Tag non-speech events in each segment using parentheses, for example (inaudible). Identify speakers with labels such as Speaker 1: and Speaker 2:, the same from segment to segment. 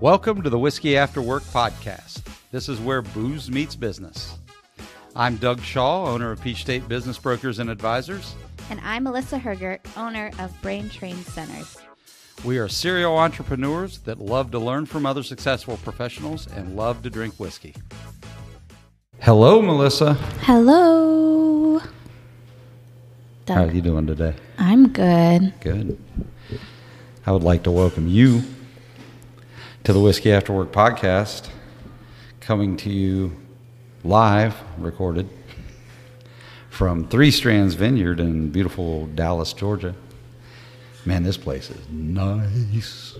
Speaker 1: Welcome to the Whiskey After Work podcast. This is where booze meets business. I'm Doug Shaw, owner of Peach State Business Brokers and Advisors.
Speaker 2: And I'm Melissa Hergert, owner of Brain Train Centers.
Speaker 1: We are serial entrepreneurs that love to learn from other successful professionals and love to drink whiskey. Hello, Melissa.
Speaker 2: Hello.
Speaker 1: How are
Speaker 2: Doug,
Speaker 1: you doing today?
Speaker 2: I'm good.
Speaker 1: Good. I would like to welcome you to the Whiskey After Work podcast, coming to you live, recorded from Three Strands Vineyard in beautiful Dallas, Georgia. Man, this place is nice.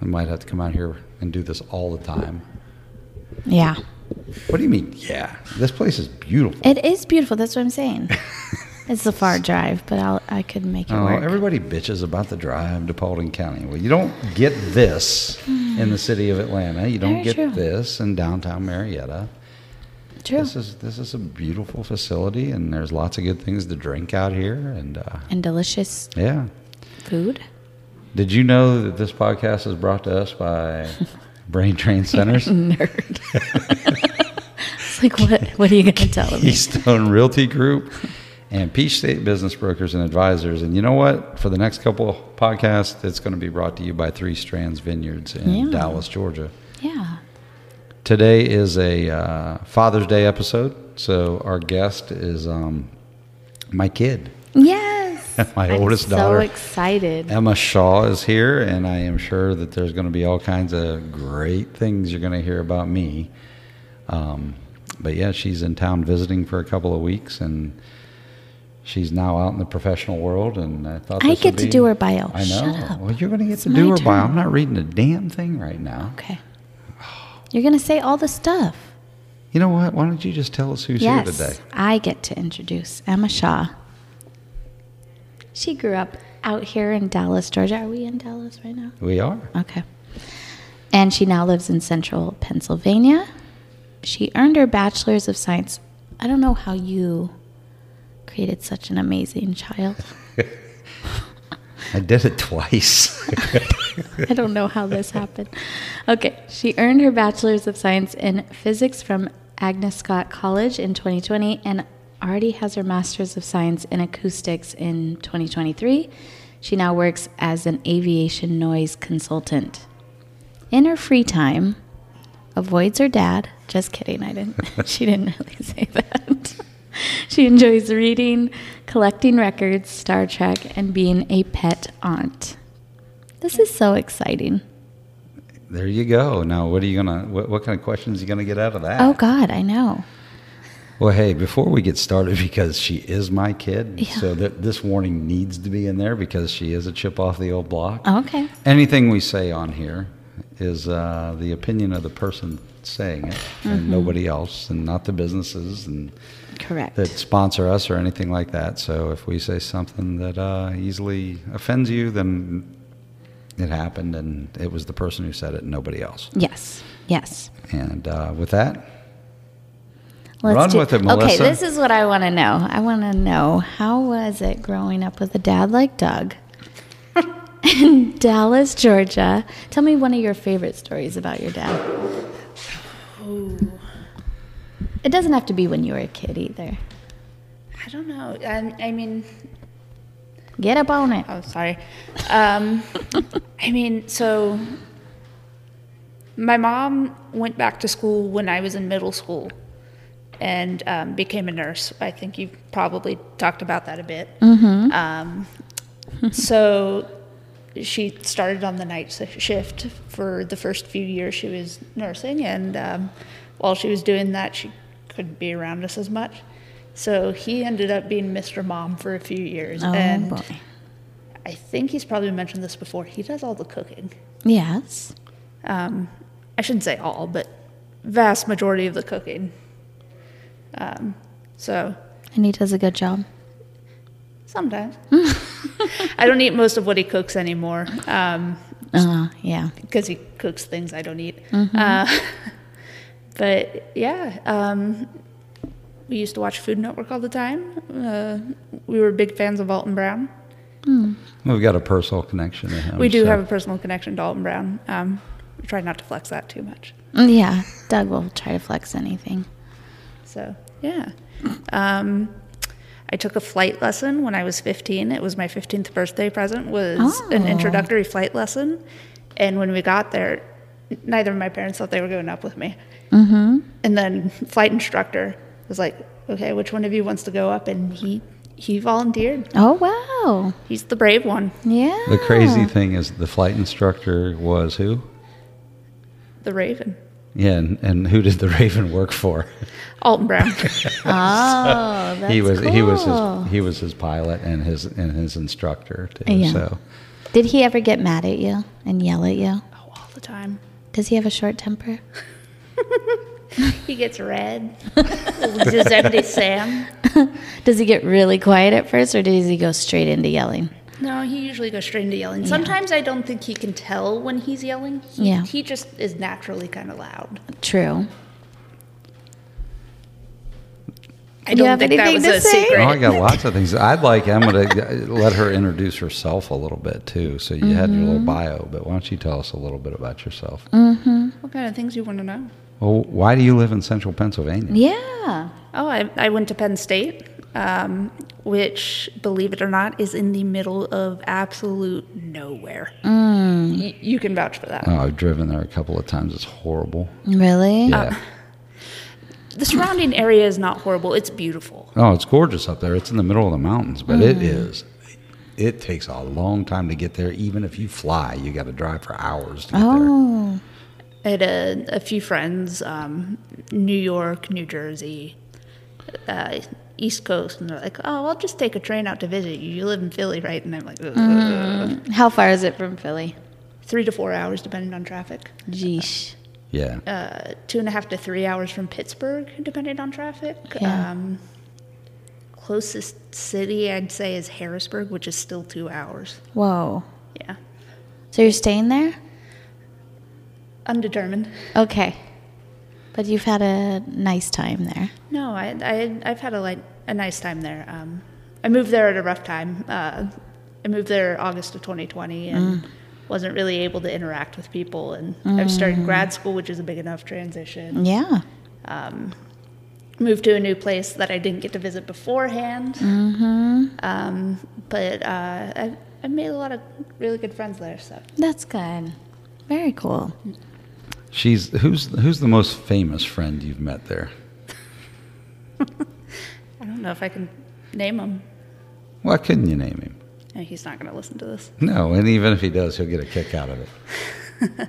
Speaker 1: I might have to come out here and do this all the time.
Speaker 2: Yeah.
Speaker 1: What do you mean? Yeah, this place is beautiful.
Speaker 2: It is beautiful. That's what
Speaker 1: (laughs)
Speaker 2: I'm saying. it's a far drive, but I'll, I could make it
Speaker 1: Oh,
Speaker 2: work.
Speaker 1: everybody bitches about the drive to Paulding County. Well, you don't get this in the city of Atlanta. You don't
Speaker 2: Very
Speaker 1: get
Speaker 2: true.
Speaker 1: this in downtown Marietta.
Speaker 2: True.
Speaker 1: This is this is a beautiful facility, and there's lots of good things to drink out here. And uh,
Speaker 2: And delicious
Speaker 1: yeah,
Speaker 2: food.
Speaker 1: did you know that this podcast is brought to us
Speaker 2: (laughs)
Speaker 1: by Brain Train Centers,
Speaker 2: Nerd. (laughs) it's like, what, what are you going to tell
Speaker 1: (laughs)
Speaker 2: me?
Speaker 1: Keystone Realty Group, and Peach State Business Brokers and Advisors? And you know what? For the next couple of podcasts, it's going to be brought to you by Three Strands Vineyards in
Speaker 2: Yeah.
Speaker 1: Dallas, Georgia.
Speaker 2: Yeah.
Speaker 1: Today is a uh, Father's Day episode, so our guest is um, my kid,
Speaker 2: Yes.
Speaker 1: (laughs) my
Speaker 2: I'm
Speaker 1: oldest
Speaker 2: so
Speaker 1: daughter.
Speaker 2: excited.
Speaker 1: Emma Shaw is here, and I am sure that there's going to be all kinds of great things you're going to hear about me. Um, but yeah, she's in town visiting for a couple of weeks, and she's now out in the professional world. And I thought
Speaker 2: I
Speaker 1: this
Speaker 2: get
Speaker 1: would
Speaker 2: to
Speaker 1: be-
Speaker 2: do her bio.
Speaker 1: I know.
Speaker 2: Shut up.
Speaker 1: Well, you're going to get
Speaker 2: It's
Speaker 1: to do
Speaker 2: my
Speaker 1: her bio.
Speaker 2: turn.
Speaker 1: I'm not reading a damn thing right now.
Speaker 2: Okay. You're going to say all the stuff.
Speaker 1: You know what? Why don't you just tell us who's
Speaker 2: yes,
Speaker 1: here today?
Speaker 2: I get to introduce Emma Shaw. She grew up out here in Dallas, Georgia. Are we in Dallas right now?
Speaker 1: We are.
Speaker 2: Okay. And she now lives in central Pennsylvania. She earned her bachelor's of science. I don't know how you created such an amazing child.
Speaker 1: I did it
Speaker 2: (laughs)
Speaker 1: twice.
Speaker 2: I don't know how this happened. Okay, she earned her Bachelor's of Science in Physics from Agnes Scott College in 2020 and already has her Master's of Science in Acoustics in 2023. She now works as an aviation noise consultant. In her free time, avoids her dad. Just kidding, I didn't. (laughs) she didn't really say that. (laughs) she enjoys reading, collecting records, Star Trek, and being a pet aunt. This is so exciting.
Speaker 1: there you go. Now, what are you gonna? What, what kind of questions you gonna get out of that?
Speaker 2: Oh God, I know.
Speaker 1: Well, hey, before we get started, because she is my kid,
Speaker 2: Yeah.
Speaker 1: so that this warning needs to be in there because she is a chip off the old block.
Speaker 2: Okay.
Speaker 1: Anything we say on here is uh, the opinion of the person saying it, and nobody else, and not the businesses and
Speaker 2: Correct.
Speaker 1: that sponsor us or anything like that. So if we say something that uh, easily offends you, then it happened, and it was the person who said it, and nobody else.
Speaker 2: yes. Yes.
Speaker 1: And uh, with that,
Speaker 2: Let's
Speaker 1: Run
Speaker 2: do-
Speaker 1: with it,
Speaker 2: Okay,
Speaker 1: Melissa.
Speaker 2: this is what I want to know. I want to know how was it growing up with a dad like Doug (laughs) in Dallas, Georgia? Tell me one of your favorite stories about your dad. It doesn't have to be when you were a kid either.
Speaker 3: I don't know. I, I mean,
Speaker 2: Get up on it.
Speaker 3: oh, sorry. Um, I mean, so my mom went back to school when I was in middle school and um, became a nurse. I think you've probably talked about that a bit. Um, so she started on the night shi- shift for the first few years she was nursing, and um, while she was doing that, she couldn't be around us as much. So he ended up being Mr. Mom for a few years,
Speaker 2: Oh
Speaker 3: and
Speaker 2: boy.
Speaker 3: I think he's probably mentioned this before. He does all the cooking.
Speaker 2: Yes.
Speaker 3: Um, I shouldn't say all, but vast majority of the cooking. Um, so
Speaker 2: And he does a good job.
Speaker 3: (laughs) sometimes I don't eat most of what he cooks anymore because
Speaker 2: Uh, yeah.
Speaker 3: he cooks things I don't eat. Uh, (laughs) but yeah, um, we used to watch Food Network all the time. Uh, we were big fans of Alton Brown.
Speaker 1: we've got a personal connection to him.
Speaker 3: we do
Speaker 1: so-
Speaker 3: have a personal connection to Alton Brown. Um, I try not to flex that too much.
Speaker 2: Yeah, Doug will try to flex anything.
Speaker 3: So yeah, um, I took a flight lesson when I was 15. It was my 15th birthday present. Was an
Speaker 2: Oh.
Speaker 3: introductory flight lesson, and when we got there, neither of my parents thought they were going up with me. Mm-hmm. And then flight instructor was like, "Okay, which one of you wants to go up?" And he he volunteered.
Speaker 2: Oh wow!
Speaker 3: He's the brave one.
Speaker 2: Yeah.
Speaker 1: The crazy thing is the flight instructor was who?
Speaker 3: The Raven.
Speaker 1: Yeah, and, and who did the (laughs) Raven work for?
Speaker 3: Alton Brown.
Speaker 2: Oh, that's
Speaker 1: he was
Speaker 2: cool.
Speaker 1: he was his he was his pilot and his and his instructor too.
Speaker 2: Yeah.
Speaker 1: So
Speaker 2: Did he ever get mad at you and yell at you?
Speaker 3: oh, all the time.
Speaker 2: Does he have a short temper?
Speaker 3: He gets red. (laughs) His empty Sam.
Speaker 2: Does he get really quiet at first, or does he go straight into yelling?
Speaker 3: No, he usually goes straight into yelling. Sometimes I don't think he can tell when he's yelling. He,
Speaker 2: Yeah.
Speaker 3: He just is naturally kind of loud.
Speaker 2: True.
Speaker 3: I
Speaker 2: You
Speaker 3: don't
Speaker 2: have
Speaker 3: think that was
Speaker 2: anything to
Speaker 3: a
Speaker 2: say?
Speaker 1: Oh,
Speaker 3: secret.
Speaker 1: I got lots of things. I'd like I'm gonna uh, let her introduce herself a little bit too. So you had your little
Speaker 2: Mm-hmm.
Speaker 1: bio, but why don't you tell us a little bit about yourself?
Speaker 3: What kind of things you want to know?
Speaker 1: Well, why do you live in Central Pennsylvania?
Speaker 2: Yeah.
Speaker 3: Oh, I, I went to Penn State, um, which, believe it or not, is in the middle of absolute nowhere. Y- you can vouch for that.
Speaker 1: Oh, I've driven there a couple of times. It's horrible.
Speaker 2: Really?
Speaker 1: Yeah.
Speaker 3: The surrounding area is not horrible. It's beautiful.
Speaker 1: Oh, it's gorgeous up there. It's in the middle of the mountains, but
Speaker 2: Mm.
Speaker 1: it is. It takes a long time to get there. Even if you fly, you got to drive for hours to get
Speaker 2: Oh.
Speaker 3: I had a, a few friends, um, New York, New Jersey, uh, East Coast, and they're like, "Oh, I'll just take a train out to visit you. You live in Philly, right?" And I'm like, "Ugh."
Speaker 2: How far is it from Philly?
Speaker 3: three to four hours, depending on traffic.
Speaker 2: Jeesh.
Speaker 1: there. Yeah.
Speaker 3: Uh, two and a half to three hours from Pittsburgh, depending on traffic.
Speaker 2: Yeah.
Speaker 3: Um, closest city I'd say is Harrisburg, which is still two hours.
Speaker 2: Whoa.
Speaker 3: Yeah,
Speaker 2: So you're staying there?
Speaker 3: undetermined.
Speaker 2: Okay. But you've had a nice time there.
Speaker 3: No, I, I I've had a like a nice time there. Um, I moved there at a rough time. Uh, I moved there August of 2020 and wasn't really able to interact with people. And I've started grad school, which is a big enough transition.
Speaker 2: Yeah.
Speaker 3: Moved to a new place that I didn't get to visit beforehand. Mm-hmm. Um, but uh, I I made a lot of really good friends there. So
Speaker 2: That's good. Very cool.
Speaker 1: She's who's who's the most famous friend you've met there?
Speaker 3: I don't know if I can name him.
Speaker 1: Why couldn't you name him?
Speaker 3: No, He's not going to listen to this.
Speaker 1: No, and even if he does, he'll get a kick out of it.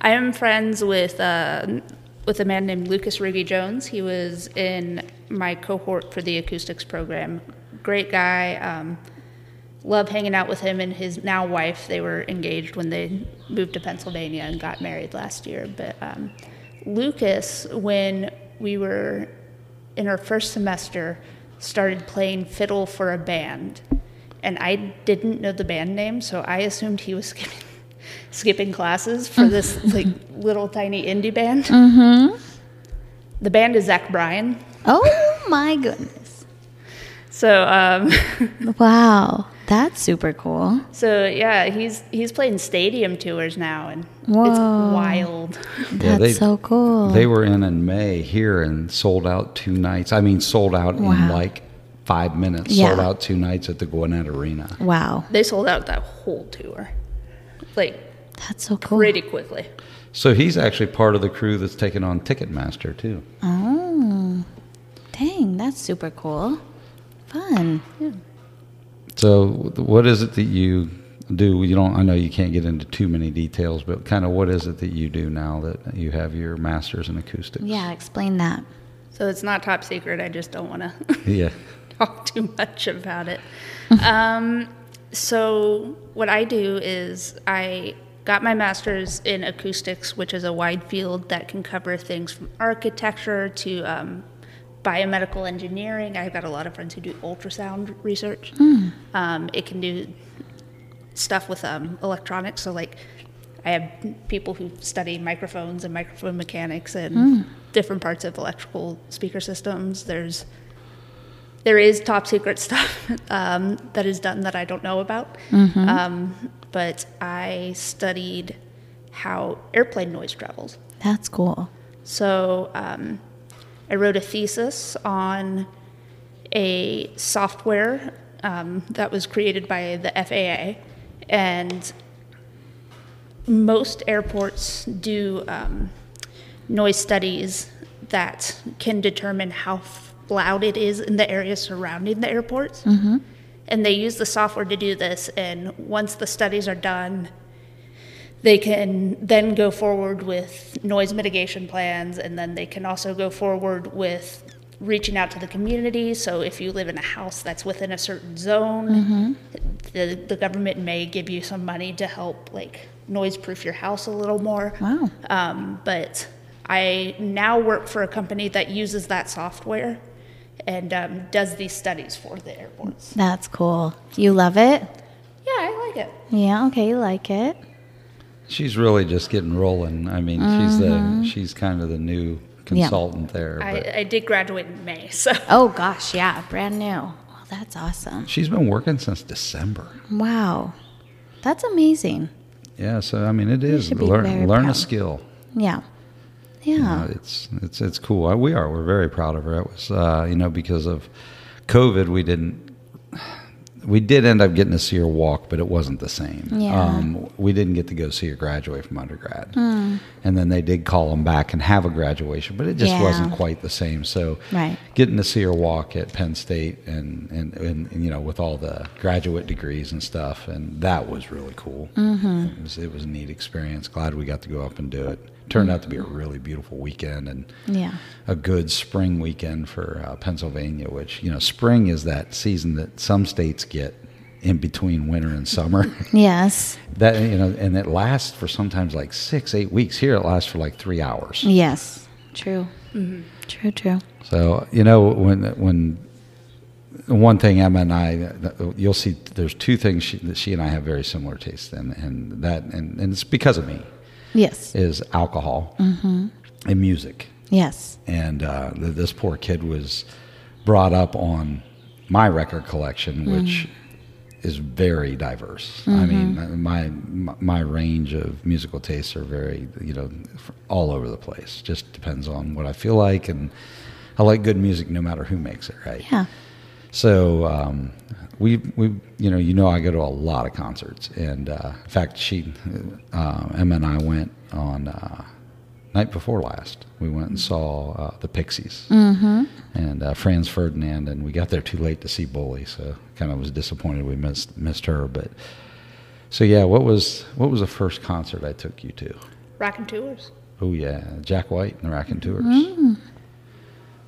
Speaker 3: I am friends with uh, with a man named Lucas Riggy Jones. He was in my cohort for the acoustics program. Great guy. Um, love hanging out with him and his now wife. They were engaged when they moved to Pennsylvania and got married last year. But um, Lucas, when we were in our first semester, started playing fiddle for a band. And I didn't know the band name, so I assumed he was (laughs) skipping, skipping classes for this like little tiny indie band. Mm-hmm. The band is Zach Bryan.
Speaker 2: Oh my goodness.
Speaker 3: So um, (laughs)
Speaker 2: Wow. That's super cool.
Speaker 3: So yeah, he's he's playing stadium tours now, and it's
Speaker 2: Whoa.
Speaker 3: wild.
Speaker 2: That's
Speaker 1: Yeah, they-
Speaker 2: so cool.
Speaker 1: They were in in May here and sold out two nights. I mean, sold out in
Speaker 2: Wow.
Speaker 1: like five minutes.
Speaker 2: Yeah.
Speaker 1: Sold out two nights at the Gwinnett Arena.
Speaker 2: wow.
Speaker 3: (laughs) They sold out that whole tour, like
Speaker 2: That's so cool.
Speaker 3: pretty quickly.
Speaker 1: So he's actually part of the crew that's taking on Ticketmaster too.
Speaker 2: Oh. Dang, that's super cool. Fun.
Speaker 1: So what is it that you do? You don't. I know you can't get into too many details, but kind of what is it that you do now that you have your masters in acoustics?
Speaker 2: Yeah, explain that.
Speaker 3: So it's not top secret. I just don't want to
Speaker 1: Yeah.
Speaker 3: (laughs) talk too much about it. um, so what I do is I got my master's in acoustics, which is a wide field that can cover things from architecture to um, biomedical engineering. I've got a lot of friends who do ultrasound research. Um, it can do stuff with um, electronics. So like, I have people who study microphones and microphone mechanics and different parts of electrical speaker systems. There's there is top secret stuff (laughs) um, that is done that I don't know about. Um, but I studied how airplane noise travels.
Speaker 2: That's cool.
Speaker 3: So um, I wrote a thesis on a software um, that was created by the FAA, and most airports do um, noise studies that can determine how f- loud it is in the area surrounding the airports. And they use the software to do this, and once the studies are done, they can then go forward with noise mitigation plans, and then they can also go forward with reaching out to the community. So if you live in a house that's within a certain zone, the, the government may give you some money to help like noise proof your house a little more.
Speaker 2: Wow.
Speaker 3: Um, but I now work for a company that uses that software and um, does these studies for the airports.
Speaker 2: That's cool. You love it?
Speaker 3: Yeah, I like it.
Speaker 2: Yeah, okay, you like it.
Speaker 1: She's really just getting rolling. I mean, she's
Speaker 2: Mm-hmm.
Speaker 1: the she's kind of the new consultant there. But
Speaker 3: I, uh, I did graduate in May, so
Speaker 2: Oh gosh, yeah, brand new. Well, that's awesome.
Speaker 1: she's been working since December.
Speaker 2: Wow. That's amazing.
Speaker 1: Yeah, so I mean, it is
Speaker 2: should be very
Speaker 1: learn learn a
Speaker 2: proud.
Speaker 1: skill.
Speaker 2: Yeah.
Speaker 1: you
Speaker 2: Yeah.
Speaker 1: know, it's it's it's cool. I- We are we're very proud of her. It was uh, you know because of COVID we didn't we did end up getting to see her walk, but it wasn't the same.
Speaker 2: Yeah.
Speaker 1: Um, we didn't get to go see her graduate from undergrad,
Speaker 2: Hmm.
Speaker 1: and then they did call them back and have a graduation, but it just
Speaker 2: Yeah.
Speaker 1: wasn't quite the same. So
Speaker 2: Right.
Speaker 1: getting to see her walk at Penn State and and, and and you know with all the graduate degrees and stuff, and that was really cool. It, was, it was a neat experience. Glad we got to go up and do it. Turned out to be a really beautiful weekend and
Speaker 2: Yeah.
Speaker 1: a good spring weekend for uh, Pennsylvania, which you know spring is that season that some states get in between winter and summer. (laughs)
Speaker 2: Yes.
Speaker 1: that you know, and it lasts for sometimes like six, eight weeks. Here it lasts for like three hours.
Speaker 2: Yes. True. True, true.
Speaker 1: So you know when when one thing Emma and I you'll see there's two things she, that she and I have very similar tastes in, and that and, and it's because of me
Speaker 2: Yes.
Speaker 1: is alcohol and music.
Speaker 2: Yes.
Speaker 1: And uh, th- this poor kid was brought up on my record collection, which is very diverse. I mean, my my- my range of musical tastes are very you know f- all over the place. Just depends on what I feel like, and I like good music no matter who makes it, right?
Speaker 2: Yeah.
Speaker 1: So um, we we you know you know I go to a lot of concerts, and uh, in fact she uh, Emma and I went on uh, night before last. We went and saw uh, the Pixies and uh, Franz Ferdinand, and we got there too late to see Bully, so kind of was disappointed we missed missed her. But so yeah, what was what was the first concert I took you to?
Speaker 3: rocking tours.
Speaker 1: Oh yeah, Jack White and the Rockin' Tours.
Speaker 2: Mm.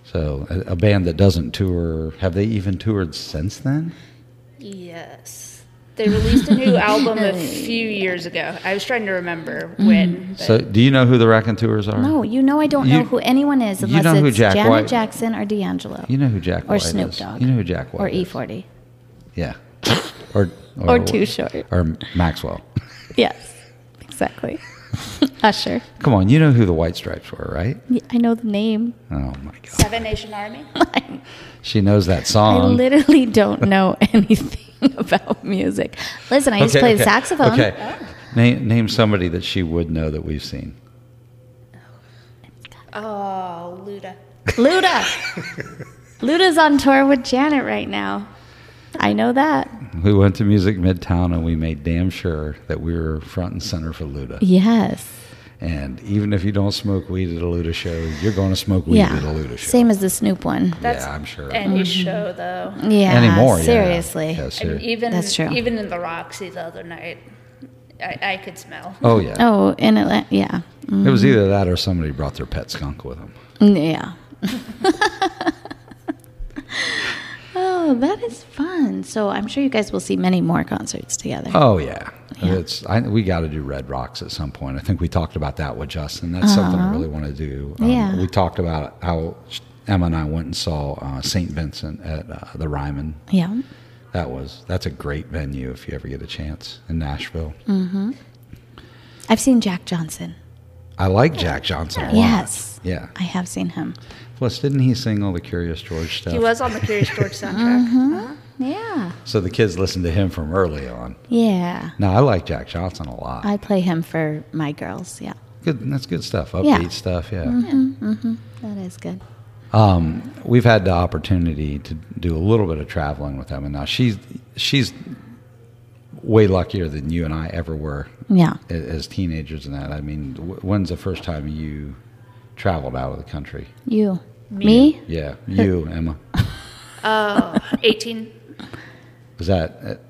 Speaker 1: So a, a band that doesn't tour, have they even toured since then?
Speaker 3: Yes. They released a (laughs) new album a few years ago. I was trying to remember when. but
Speaker 1: So do you know who the Rockin' Tours are?
Speaker 2: No, you know I don't
Speaker 1: You-
Speaker 2: know who anyone is
Speaker 1: you
Speaker 2: unless
Speaker 1: know who
Speaker 2: it's
Speaker 1: Jack
Speaker 2: Janet
Speaker 1: White-
Speaker 2: Jackson or D'Angelo.
Speaker 1: You know who Jack
Speaker 2: or
Speaker 1: White
Speaker 2: Snoop
Speaker 1: is.
Speaker 2: Dogg.
Speaker 1: You know who Jack White
Speaker 2: Or E
Speaker 1: is.
Speaker 2: E40.
Speaker 1: Yeah. (laughs) Or,
Speaker 2: Or Too Short.
Speaker 1: Or Maxwell. (laughs)
Speaker 2: Yes. Exactly. (laughs) Usher.
Speaker 1: Come on, you know who the White Stripes were, right?
Speaker 2: Y- I know the name. (laughs)
Speaker 1: Oh my God.
Speaker 3: Seven Nation Army.
Speaker 1: She knows that
Speaker 2: I
Speaker 1: song.
Speaker 2: literally don't know (laughs) anything about music. Listen, I used to play the saxophone. Oh.
Speaker 1: Okay. Name, name somebody that she would know that we've seen.
Speaker 3: Oh, Luda.
Speaker 2: (laughs) Luda. Luda's on tour with Janet right now. I know that.
Speaker 1: We went to Music Midtown and we made damn sure that we were front and center for Luda.
Speaker 2: Yes.
Speaker 1: And even if you don't smoke weed at a Luda show, you're going to smoke weed
Speaker 2: yeah.
Speaker 1: at a Luda show.
Speaker 2: Same as the Snoop one.
Speaker 3: That's
Speaker 1: I'm sure.
Speaker 3: Any show though.
Speaker 2: Yeah.
Speaker 1: Anymore, yeah.
Speaker 2: Seriously.
Speaker 1: Yeah,
Speaker 3: I mean,
Speaker 1: ser-
Speaker 3: even
Speaker 2: That's true.
Speaker 3: even in the Roxy the other night, I, I could smell.
Speaker 1: oh yeah.
Speaker 2: Oh, in Atlanta. Yeah. Mm,
Speaker 1: It was either that or somebody brought their pet skunk with them.
Speaker 2: Yeah. (laughs) oh, that is fun. So I'm sure you guys will see many more concerts together.
Speaker 1: Oh yeah,
Speaker 2: Yeah.
Speaker 1: it's I, we got to do Red Rocks at some point. I think we talked about that with Justin. That's something I really want to do.
Speaker 2: Uh-huh.
Speaker 1: Um,
Speaker 2: Yeah.
Speaker 1: We talked about how Emma and I went and saw uh, St. Vincent at uh, the Ryman.
Speaker 2: Yeah.
Speaker 1: That was that's a great venue if you ever get a chance in Nashville.
Speaker 2: I've seen Jack Johnson.
Speaker 1: I like Jack Johnson a lot.
Speaker 2: Yes.
Speaker 1: Yeah.
Speaker 2: I have seen him.
Speaker 1: Plus, didn't he sing all the Curious George stuff?
Speaker 3: He was on the Curious George soundtrack.
Speaker 2: Yeah.
Speaker 1: So the kids listened to him from early on.
Speaker 2: Yeah.
Speaker 1: Now I like Jack Johnson a lot.
Speaker 2: I play him for my girls. Yeah.
Speaker 1: Good, that's good stuff. Upbeat
Speaker 2: Yeah.
Speaker 1: stuff. Yeah.
Speaker 2: mm-hmm. That is good.
Speaker 1: Um, we've had the opportunity to do a little bit of traveling with them, and now she's she's way luckier than you and I ever were
Speaker 2: Yeah.
Speaker 1: a- as teenagers. And that I mean, wh- when's the first time you traveled out of the country?
Speaker 2: You. Me?
Speaker 1: Yeah, you, Emma.
Speaker 3: Oh, 18.
Speaker 1: Was that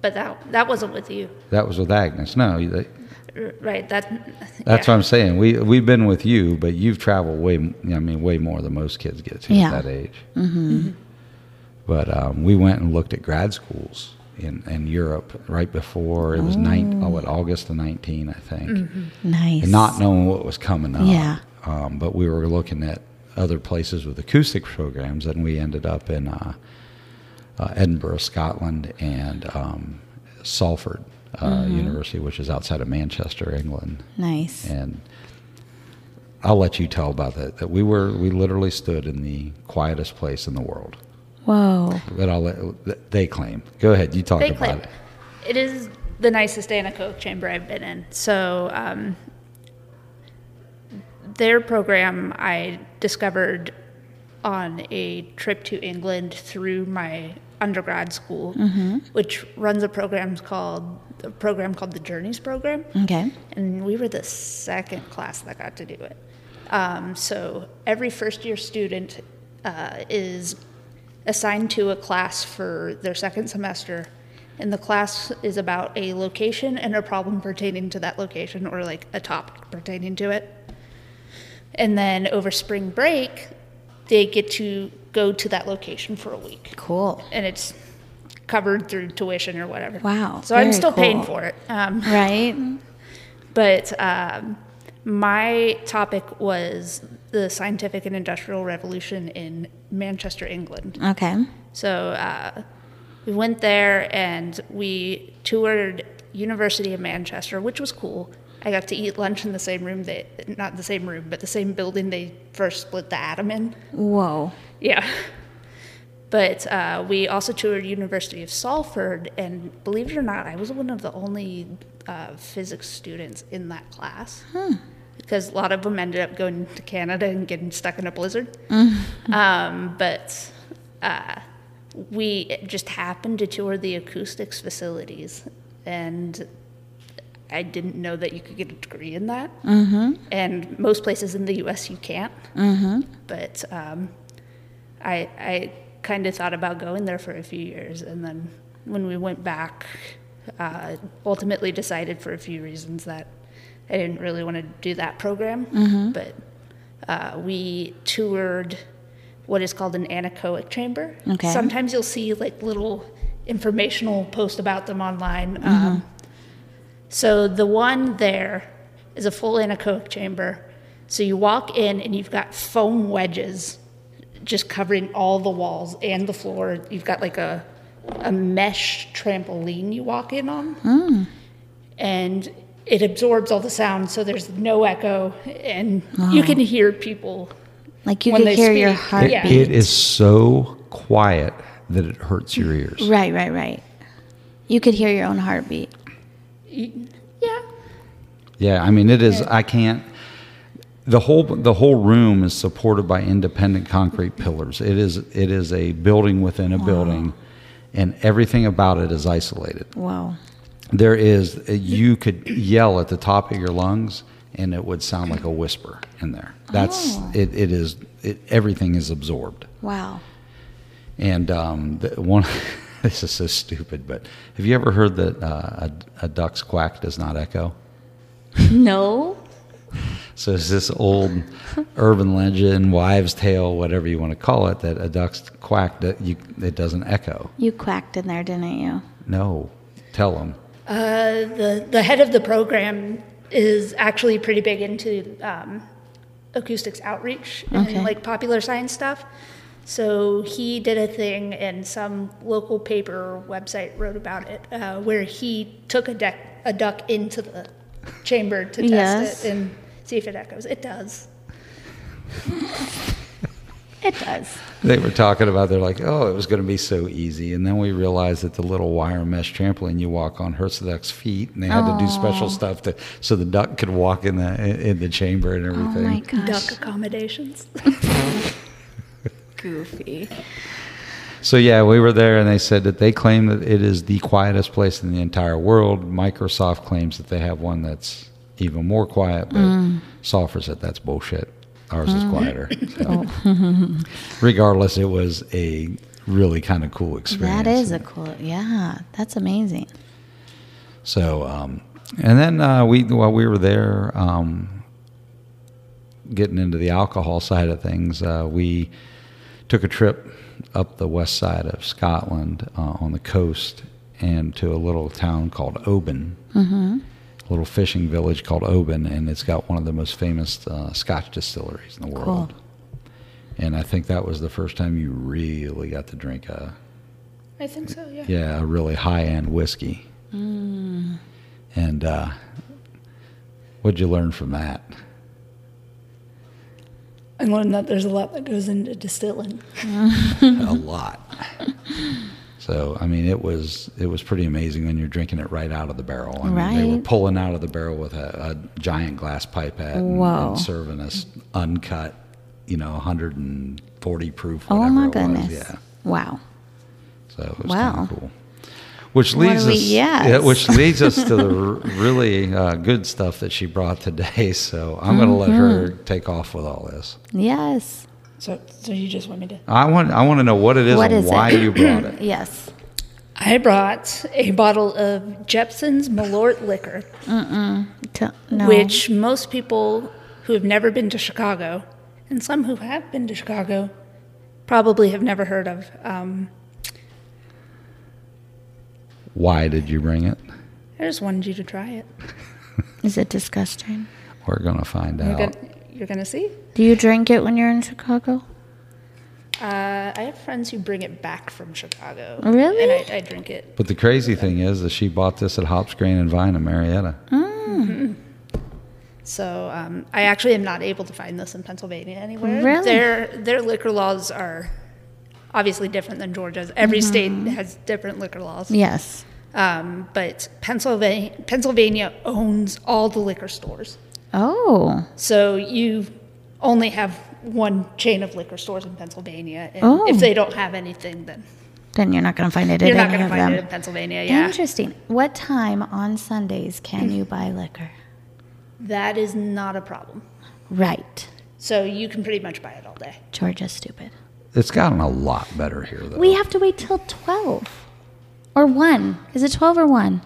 Speaker 3: But that that wasn't with you,
Speaker 1: that was with Agnes? No, you- that-
Speaker 3: R- right? That
Speaker 1: that's
Speaker 3: yeah.
Speaker 1: what I'm saying. We we've been with you, but you've traveled way. m- I mean, way more than most kids get to
Speaker 2: Yeah.
Speaker 1: at that age. Mm-hmm. But um, we went and looked at grad schools in, in Europe right before it was nine. Oh, what August the 19, I think,
Speaker 2: Nice.
Speaker 1: and not knowing what was coming up.
Speaker 2: Yeah.
Speaker 1: Um, but we were looking at other places with acoustic programs, and we ended up in uh, uh, Edinburgh, Scotland, and um, Salford uh, University, which is outside of Manchester, England
Speaker 2: nice.
Speaker 1: and I'll let you tell about that. That we were we literally stood in the quietest place in the world.
Speaker 2: Whoa.
Speaker 1: But I'll let that they claim. Go ahead, you talk
Speaker 3: They
Speaker 1: about
Speaker 3: claim
Speaker 1: it.
Speaker 3: it is the nicest anechoic chamber I've been in. So um, their program I discovered on a trip to England through my undergrad school,
Speaker 1: Mm-hmm.
Speaker 3: which runs a program called a program called the Journeys program.
Speaker 2: Okay.
Speaker 3: and we were the second class that got to do it. Um, so every first year student uh, is assigned to a class for their second semester, and the class is about a location and a problem pertaining to that location, or like a topic pertaining to it. And then over spring break, they get to go to that location for a week,
Speaker 2: Cool.
Speaker 3: and it's covered through tuition or whatever.
Speaker 2: Wow,
Speaker 3: So I'm
Speaker 2: very
Speaker 3: still paying
Speaker 2: cool.
Speaker 3: for it. Um,
Speaker 2: Right?
Speaker 3: but um, my topic was the scientific and industrial revolution in Manchester, England.
Speaker 2: Okay.
Speaker 3: So uh, we went there and we toured University of Manchester, which was cool. I got to eat lunch in the same room they not the same room, but the same building they first split the atom in.
Speaker 2: Whoa.
Speaker 3: Yeah. But uh, we also toured University of Salford, and believe it or not, I was one of the only uh, physics students in that class because a lot of them ended up going to Canada and getting stuck in a blizzard. um, but uh, we just happened to tour the acoustics facilities, and I didn't know that you could get a degree in that. And most places in the U.S. you can't. But um, I, I kind of thought about going there for a few years, and then when we went back, uh, ultimately decided for a few reasons that I didn't really want to do that program. But uh, we toured what is called an anechoic chamber.
Speaker 2: Okay.
Speaker 3: Sometimes you'll see like little informational posts about them online. Um, so the one there is a full anechoic chamber. So you walk in and you've got foam wedges just covering all the walls and the floor. You've got like a a mesh trampoline you walk in on. And it absorbs all the sound so there's no echo and you can hear people.
Speaker 2: Like you
Speaker 3: When
Speaker 2: could
Speaker 3: they
Speaker 2: hear your
Speaker 3: speak,
Speaker 1: It-
Speaker 2: heartbeat.
Speaker 3: yeah.
Speaker 1: it is so quiet that it hurts your ears.
Speaker 2: Right, right, right. You could hear your own heartbeat.
Speaker 3: Yeah.
Speaker 1: Yeah, I mean it is. I can't. The whole the whole room is supported by independent concrete pillars. It is it is a building within a building, and everything about it is isolated.
Speaker 2: Whoa.
Speaker 1: there is you could yell at the top of your lungs and it would sound like a whisper in there that's it, it is it, everything is absorbed
Speaker 3: (laughs)
Speaker 2: Wow.
Speaker 1: and um, the, one (laughs) this is so stupid but have you ever heard that uh, a, a duck's quack does not echo
Speaker 2: No.
Speaker 1: so it's this old urban legend wives tale whatever you want to call it that a duck's quack that you it doesn't echo
Speaker 2: You quacked in there, didn't you?
Speaker 1: no tell them
Speaker 3: Uh, the, the head of the program is actually pretty big into um, acoustics outreach and
Speaker 2: Okay.
Speaker 3: like popular science stuff. So he did a thing, and some local paper or website wrote about it, uh, where he took a, duck a duck into the chamber to test
Speaker 2: Yes.
Speaker 3: it and see if it echoes. It does.
Speaker 2: It does.
Speaker 1: they were talking about they're like oh it was going to be so easy and then we realized that the little wire mesh trampoline you walk on hurts the duck's feet and they had to do special stuff to so the duck could walk in the in the chamber and
Speaker 2: Oh my
Speaker 1: everything
Speaker 2: gosh.
Speaker 3: Duck accommodations.
Speaker 2: Goofy.
Speaker 1: so yeah we were there and they said that they claim that it is the quietest place in the entire world microsoft claims that they have one that's even more quiet but
Speaker 2: Mm.
Speaker 1: software said that's bullshit ours is
Speaker 2: (laughs)
Speaker 1: quieter so.
Speaker 2: Oh.
Speaker 1: (laughs) regardless it was a really kind of cool experience
Speaker 2: That is a cool. Yeah, that's amazing.
Speaker 1: So, um, and then uh, we while we were there, um, getting into the alcohol side of things, uh, we took a trip up the west side of Scotland uh, on the coast and to a little town called Oban,
Speaker 2: Mm-hmm.
Speaker 1: a little fishing village called Oban, and it's got one of the most famous uh, Scotch distilleries in the
Speaker 2: Cool.
Speaker 1: world. And I think that was the first time you really got to drink a
Speaker 3: I think so, yeah.
Speaker 1: yeah, a really high end whiskey. And uh, what'd you learn from that?
Speaker 4: I learned that there's a lot that goes into distilling.
Speaker 1: a
Speaker 2: (laughs)
Speaker 1: lot. So I mean, it was it was pretty amazing when you're drinking it right out of the barrel. I mean, they were
Speaker 2: Right.
Speaker 1: pulling out of the barrel with a, a giant glass pipette and,
Speaker 2: Whoa.
Speaker 1: and serving us uncut, you know, 140 proof.
Speaker 2: Oh
Speaker 1: Whatever
Speaker 2: my
Speaker 1: it
Speaker 2: goodness.
Speaker 1: Was. Yeah.
Speaker 2: Wow.
Speaker 1: So it was
Speaker 2: Wow.
Speaker 1: kind of cool. Which
Speaker 2: What
Speaker 1: leads
Speaker 2: do we-
Speaker 1: us,
Speaker 2: yes.
Speaker 1: yeah, which leads us to the r- really uh, good stuff that she brought today. (laughs) So I'm going to let her
Speaker 2: Mm-hmm.
Speaker 1: take off with all this.
Speaker 2: Yes.
Speaker 4: So, so you just want me to?
Speaker 1: I want, I want to know what it is
Speaker 2: What
Speaker 1: and
Speaker 2: is
Speaker 1: why
Speaker 2: it?
Speaker 1: you brought
Speaker 2: (clears throat)
Speaker 1: it.
Speaker 2: Yes.
Speaker 3: I brought a bottle of Jepson's Malort liquor,
Speaker 2: T- no.
Speaker 3: which most people who have never been to Chicago, and some who have been to Chicago, probably have never heard of. Um,
Speaker 1: Why did you bring it?
Speaker 3: I just wanted you to try it.
Speaker 2: is it disgusting?
Speaker 1: We're going to find
Speaker 3: You're
Speaker 1: out.
Speaker 3: gonna, you're gonna see.
Speaker 2: Do you drink it when you're in Chicago?
Speaker 3: Uh, I have friends who bring it back from Chicago.
Speaker 2: Really?
Speaker 3: And I, I drink it.
Speaker 1: But the crazy thing is that she bought this at Hops, Grain, and Vine in Marietta.
Speaker 3: So um, I actually am not able to find this in Pennsylvania anywhere.
Speaker 2: Really?
Speaker 3: Their their liquor laws are obviously different than Georgia's. Every
Speaker 2: Mm-hmm.
Speaker 3: state has different liquor laws.
Speaker 2: Yes.
Speaker 3: Um, but Pennsylvania Pennsylvania owns all the liquor stores.
Speaker 2: Oh.
Speaker 3: So you only have one chain of liquor stores in Pennsylvania. And
Speaker 2: Oh.
Speaker 3: if they don't have anything, then
Speaker 2: Then you're not going to find it at
Speaker 3: you're not
Speaker 2: any
Speaker 3: going to
Speaker 2: of
Speaker 3: find it
Speaker 2: them.
Speaker 3: in Pennsylvania. Yeah.
Speaker 2: Interesting. What time on Sundays can
Speaker 1: Hmm.
Speaker 2: you buy liquor?
Speaker 3: That is not a problem.
Speaker 2: Right.
Speaker 3: So you can pretty much buy it all day.
Speaker 2: Georgia's stupid.
Speaker 1: It's gotten a lot better here, though.
Speaker 2: We have to wait till 12 or 1. Is it 12 or 1?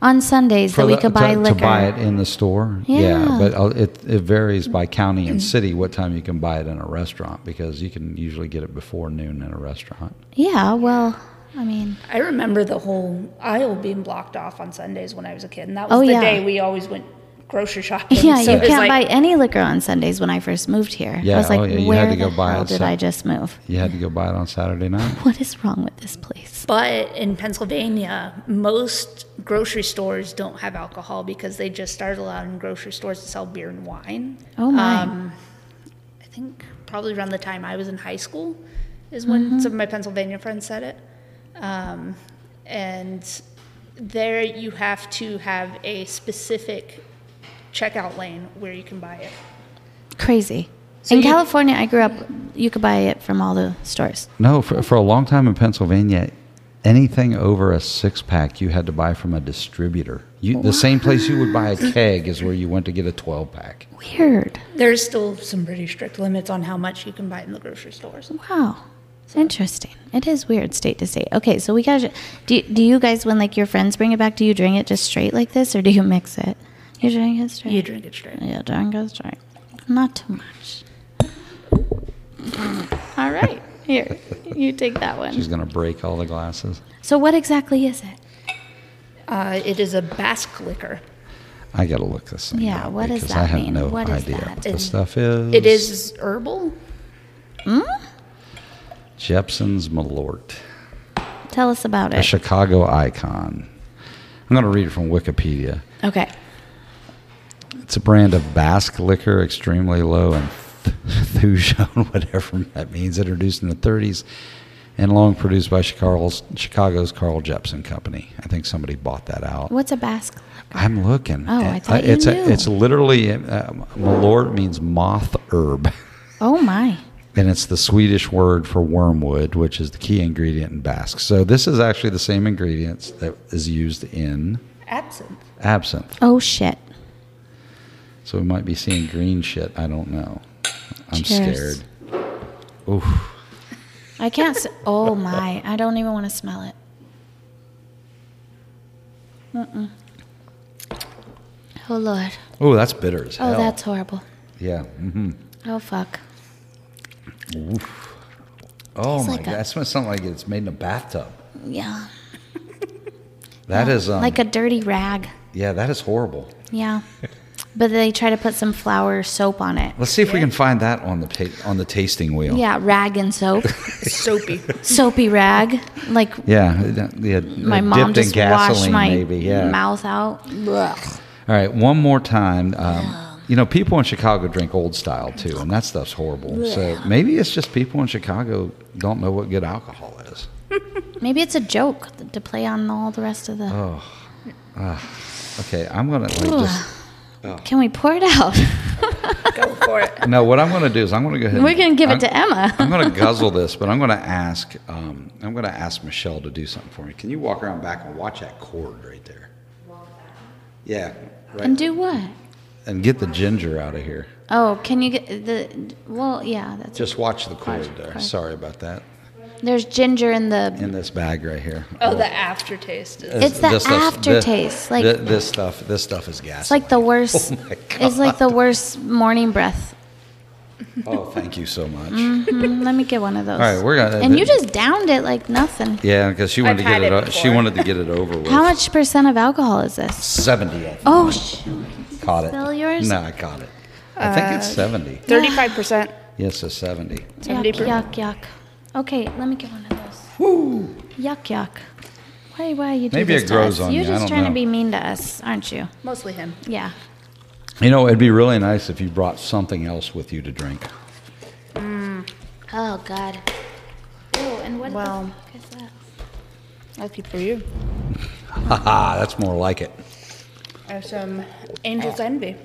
Speaker 2: On Sundays
Speaker 1: For
Speaker 2: that we
Speaker 1: the-
Speaker 2: could buy
Speaker 1: to,
Speaker 2: liquor.
Speaker 1: to buy it in the store.
Speaker 2: Yeah.
Speaker 1: but uh, it it varies by county and city what time you can buy it in a restaurant because you can usually get it before noon in a restaurant.
Speaker 2: Yeah, well, I mean,
Speaker 3: I remember the whole aisle being blocked off on Sundays when I was a kid, and that was
Speaker 2: Oh,
Speaker 3: the
Speaker 2: yeah.
Speaker 3: day we always went grocery shopping.
Speaker 2: yeah,
Speaker 3: so
Speaker 2: you
Speaker 3: it was
Speaker 2: can't
Speaker 3: like,
Speaker 2: buy any liquor on Sundays when I first moved here.
Speaker 1: Yeah,
Speaker 2: I was like,
Speaker 1: oh, yeah, you had
Speaker 2: where
Speaker 1: to go
Speaker 2: the
Speaker 1: buy
Speaker 2: hell
Speaker 1: it
Speaker 2: did
Speaker 1: some-
Speaker 2: I just move? (laughs)
Speaker 1: You had to go buy it on Saturday night.
Speaker 2: What is wrong with this place?
Speaker 3: But in Pennsylvania, most grocery stores don't have alcohol because they just started allowing grocery stores to sell beer and wine.
Speaker 2: Oh, my.
Speaker 1: Um,
Speaker 3: I think probably around the time I was in high school is when some of my Pennsylvania friends said it. Um, and there you have to have a specific checkout lane where you can buy it.
Speaker 2: Crazy.
Speaker 3: So
Speaker 2: in
Speaker 3: you-
Speaker 2: California, I grew up, you could buy it from all the stores.
Speaker 1: No, for, for a long time in Pennsylvania, anything over a six pack you had to buy from a distributor. You, the same place you would buy a keg is where you went to get a twelve pack.
Speaker 2: Weird.
Speaker 3: There's still some pretty strict limits on how much you can buy in the grocery stores.
Speaker 2: Wow. Interesting. It is weird state to state. Okay, so we got to. Do, do you guys, when like your friends bring it back, do you drink it just straight like this or do you mix it? You drink it straight?
Speaker 3: You drink it straight.
Speaker 2: Yeah, drink it straight. Not too much. All right. Here, you take that
Speaker 1: She's
Speaker 2: one.
Speaker 1: gonna break all the glasses.
Speaker 2: So, what exactly is it?
Speaker 3: Uh, it is a Basque liquor.
Speaker 1: I gotta look this. Thing
Speaker 2: Yeah,
Speaker 1: up
Speaker 2: what does
Speaker 1: because
Speaker 2: that
Speaker 1: I have
Speaker 2: mean?
Speaker 1: no
Speaker 2: What is
Speaker 1: idea
Speaker 2: that?
Speaker 1: what the
Speaker 3: It's-
Speaker 1: stuff is.
Speaker 3: It is herbal.
Speaker 1: Jepson's Malort.
Speaker 2: Tell us about
Speaker 1: a
Speaker 2: it.
Speaker 1: Chicago icon. I'm going to read it from Wikipedia.
Speaker 2: Okay.
Speaker 1: It's a brand of Basque liquor, extremely low in th- Methuselah, (laughs) whatever that means, introduced in the 30s and long produced by Chicago's, Chicago's Carl Jepsen Company. I think somebody bought that out.
Speaker 2: What's a basque?
Speaker 1: I'm looking.
Speaker 2: Oh, I
Speaker 1: It-
Speaker 2: thought you
Speaker 1: it's
Speaker 2: knew.
Speaker 1: A, it's literally uh, malort means moth herb, (laughs)
Speaker 2: Oh my.
Speaker 1: and it's the Swedish word for wormwood, which is the key ingredient in Basque. So this is actually the same ingredients that is used in
Speaker 3: Absinthe.
Speaker 1: absinthe.
Speaker 2: Oh shit.
Speaker 1: So we might be seeing green shit. I don't know. I'm
Speaker 2: Cheers.
Speaker 1: scared. Oof.
Speaker 2: I can't. S- oh my! I don't even want to smell it. Mm-mm. Oh lord!
Speaker 1: Oh, that's bitter as
Speaker 2: Oh,
Speaker 1: hell.
Speaker 2: that's horrible.
Speaker 1: yeah. hmm
Speaker 2: Oh fuck!
Speaker 1: Oh
Speaker 2: Tastes
Speaker 1: my
Speaker 2: like
Speaker 1: god,
Speaker 2: a-
Speaker 1: that smells something like it's made in a bathtub.
Speaker 2: Yeah,
Speaker 1: That is um,
Speaker 2: like a dirty rag.
Speaker 1: yeah, that is horrible. (laughs)
Speaker 2: Yeah, but they try to put some flour soap on it.
Speaker 1: Let's see if we can find that on the ta- on the tasting wheel.
Speaker 2: Yeah, rag
Speaker 1: (laughs)
Speaker 2: and soap,
Speaker 3: Soapy.
Speaker 2: soapy rag. Like
Speaker 1: Yeah, uh, yeah.
Speaker 2: my
Speaker 1: uh,
Speaker 2: mom
Speaker 1: dipped in
Speaker 2: just washed
Speaker 1: gasoline,
Speaker 2: my
Speaker 1: maybe. Yeah.
Speaker 2: mouth out. Blech.
Speaker 1: All right, one more time. Um, you know, people in Chicago drink old style too, and that stuff's horrible. So maybe it's just people in Chicago don't know what good alcohol is.
Speaker 2: Maybe it's a joke to play on all the rest of the.
Speaker 1: Okay, I'm gonna like, just
Speaker 2: Can we pour
Speaker 1: (laughs)
Speaker 2: it out?
Speaker 3: (laughs)
Speaker 2: (laughs)
Speaker 3: Go for it.
Speaker 1: no. What I'm gonna do is I'm gonna go ahead.
Speaker 2: We're
Speaker 1: and-
Speaker 2: gonna give
Speaker 1: I'm-
Speaker 2: it to
Speaker 1: I'm
Speaker 2: Emma.
Speaker 1: gonna guzzle this, but I'm gonna ask. Um, I'm gonna ask Michelle to do something for me. Can you walk around back and watch that cord right there? Yeah, right.
Speaker 2: (laughs) And do what?
Speaker 1: and get the ginger out of here.
Speaker 2: Oh, can you get the? Well, yeah, that's.
Speaker 1: Just watch the cord there.
Speaker 2: cord.
Speaker 1: Sorry about that.
Speaker 2: There's ginger in the.
Speaker 1: In this bag right here. Uh,
Speaker 3: Oh, the aftertaste is.
Speaker 2: It's the
Speaker 1: stuff's- thi-
Speaker 2: aftertaste, like-
Speaker 1: thi- this, stuff, this stuff is gas.
Speaker 2: It's like the worst.
Speaker 1: (laughs) Oh my god!
Speaker 2: It's like the worst morning breath.
Speaker 1: Oh, thank you so much.
Speaker 2: Mm, let me get one of those.
Speaker 1: All right, we're gonna.
Speaker 2: and you just downed it like nothing.
Speaker 1: Yeah, because she wanted
Speaker 3: I've
Speaker 1: to get
Speaker 3: had
Speaker 1: it.
Speaker 3: it
Speaker 1: o- she
Speaker 3: before.
Speaker 1: wanted to get it over with.
Speaker 2: How much percent of alcohol is this?
Speaker 1: Seventy. I
Speaker 2: Oh, sh-
Speaker 1: caught it.
Speaker 2: spell yours?
Speaker 1: No, I caught it. I think it's seventy.
Speaker 3: 35%.
Speaker 1: Yes, it's seventy.
Speaker 2: yuck, yuck, yuck. Okay, let me get one of those.
Speaker 1: Woo!
Speaker 2: Yuck, yuck. Why, why you do
Speaker 1: Maybe
Speaker 2: this
Speaker 1: it
Speaker 2: to
Speaker 1: grows
Speaker 2: us?
Speaker 1: on
Speaker 2: You're
Speaker 1: you, I
Speaker 2: just
Speaker 1: don't
Speaker 2: trying to
Speaker 1: know.
Speaker 2: be mean to us, aren't you?
Speaker 3: Mostly him.
Speaker 2: Yeah.
Speaker 1: You know, it'd be really nice if you brought something else with you to drink.
Speaker 2: Oh God. Oh, and what
Speaker 3: Well.
Speaker 2: the fuck is that?
Speaker 3: Lucky for you.
Speaker 1: Haha, that's more like it.
Speaker 3: I have some Angel's Envy.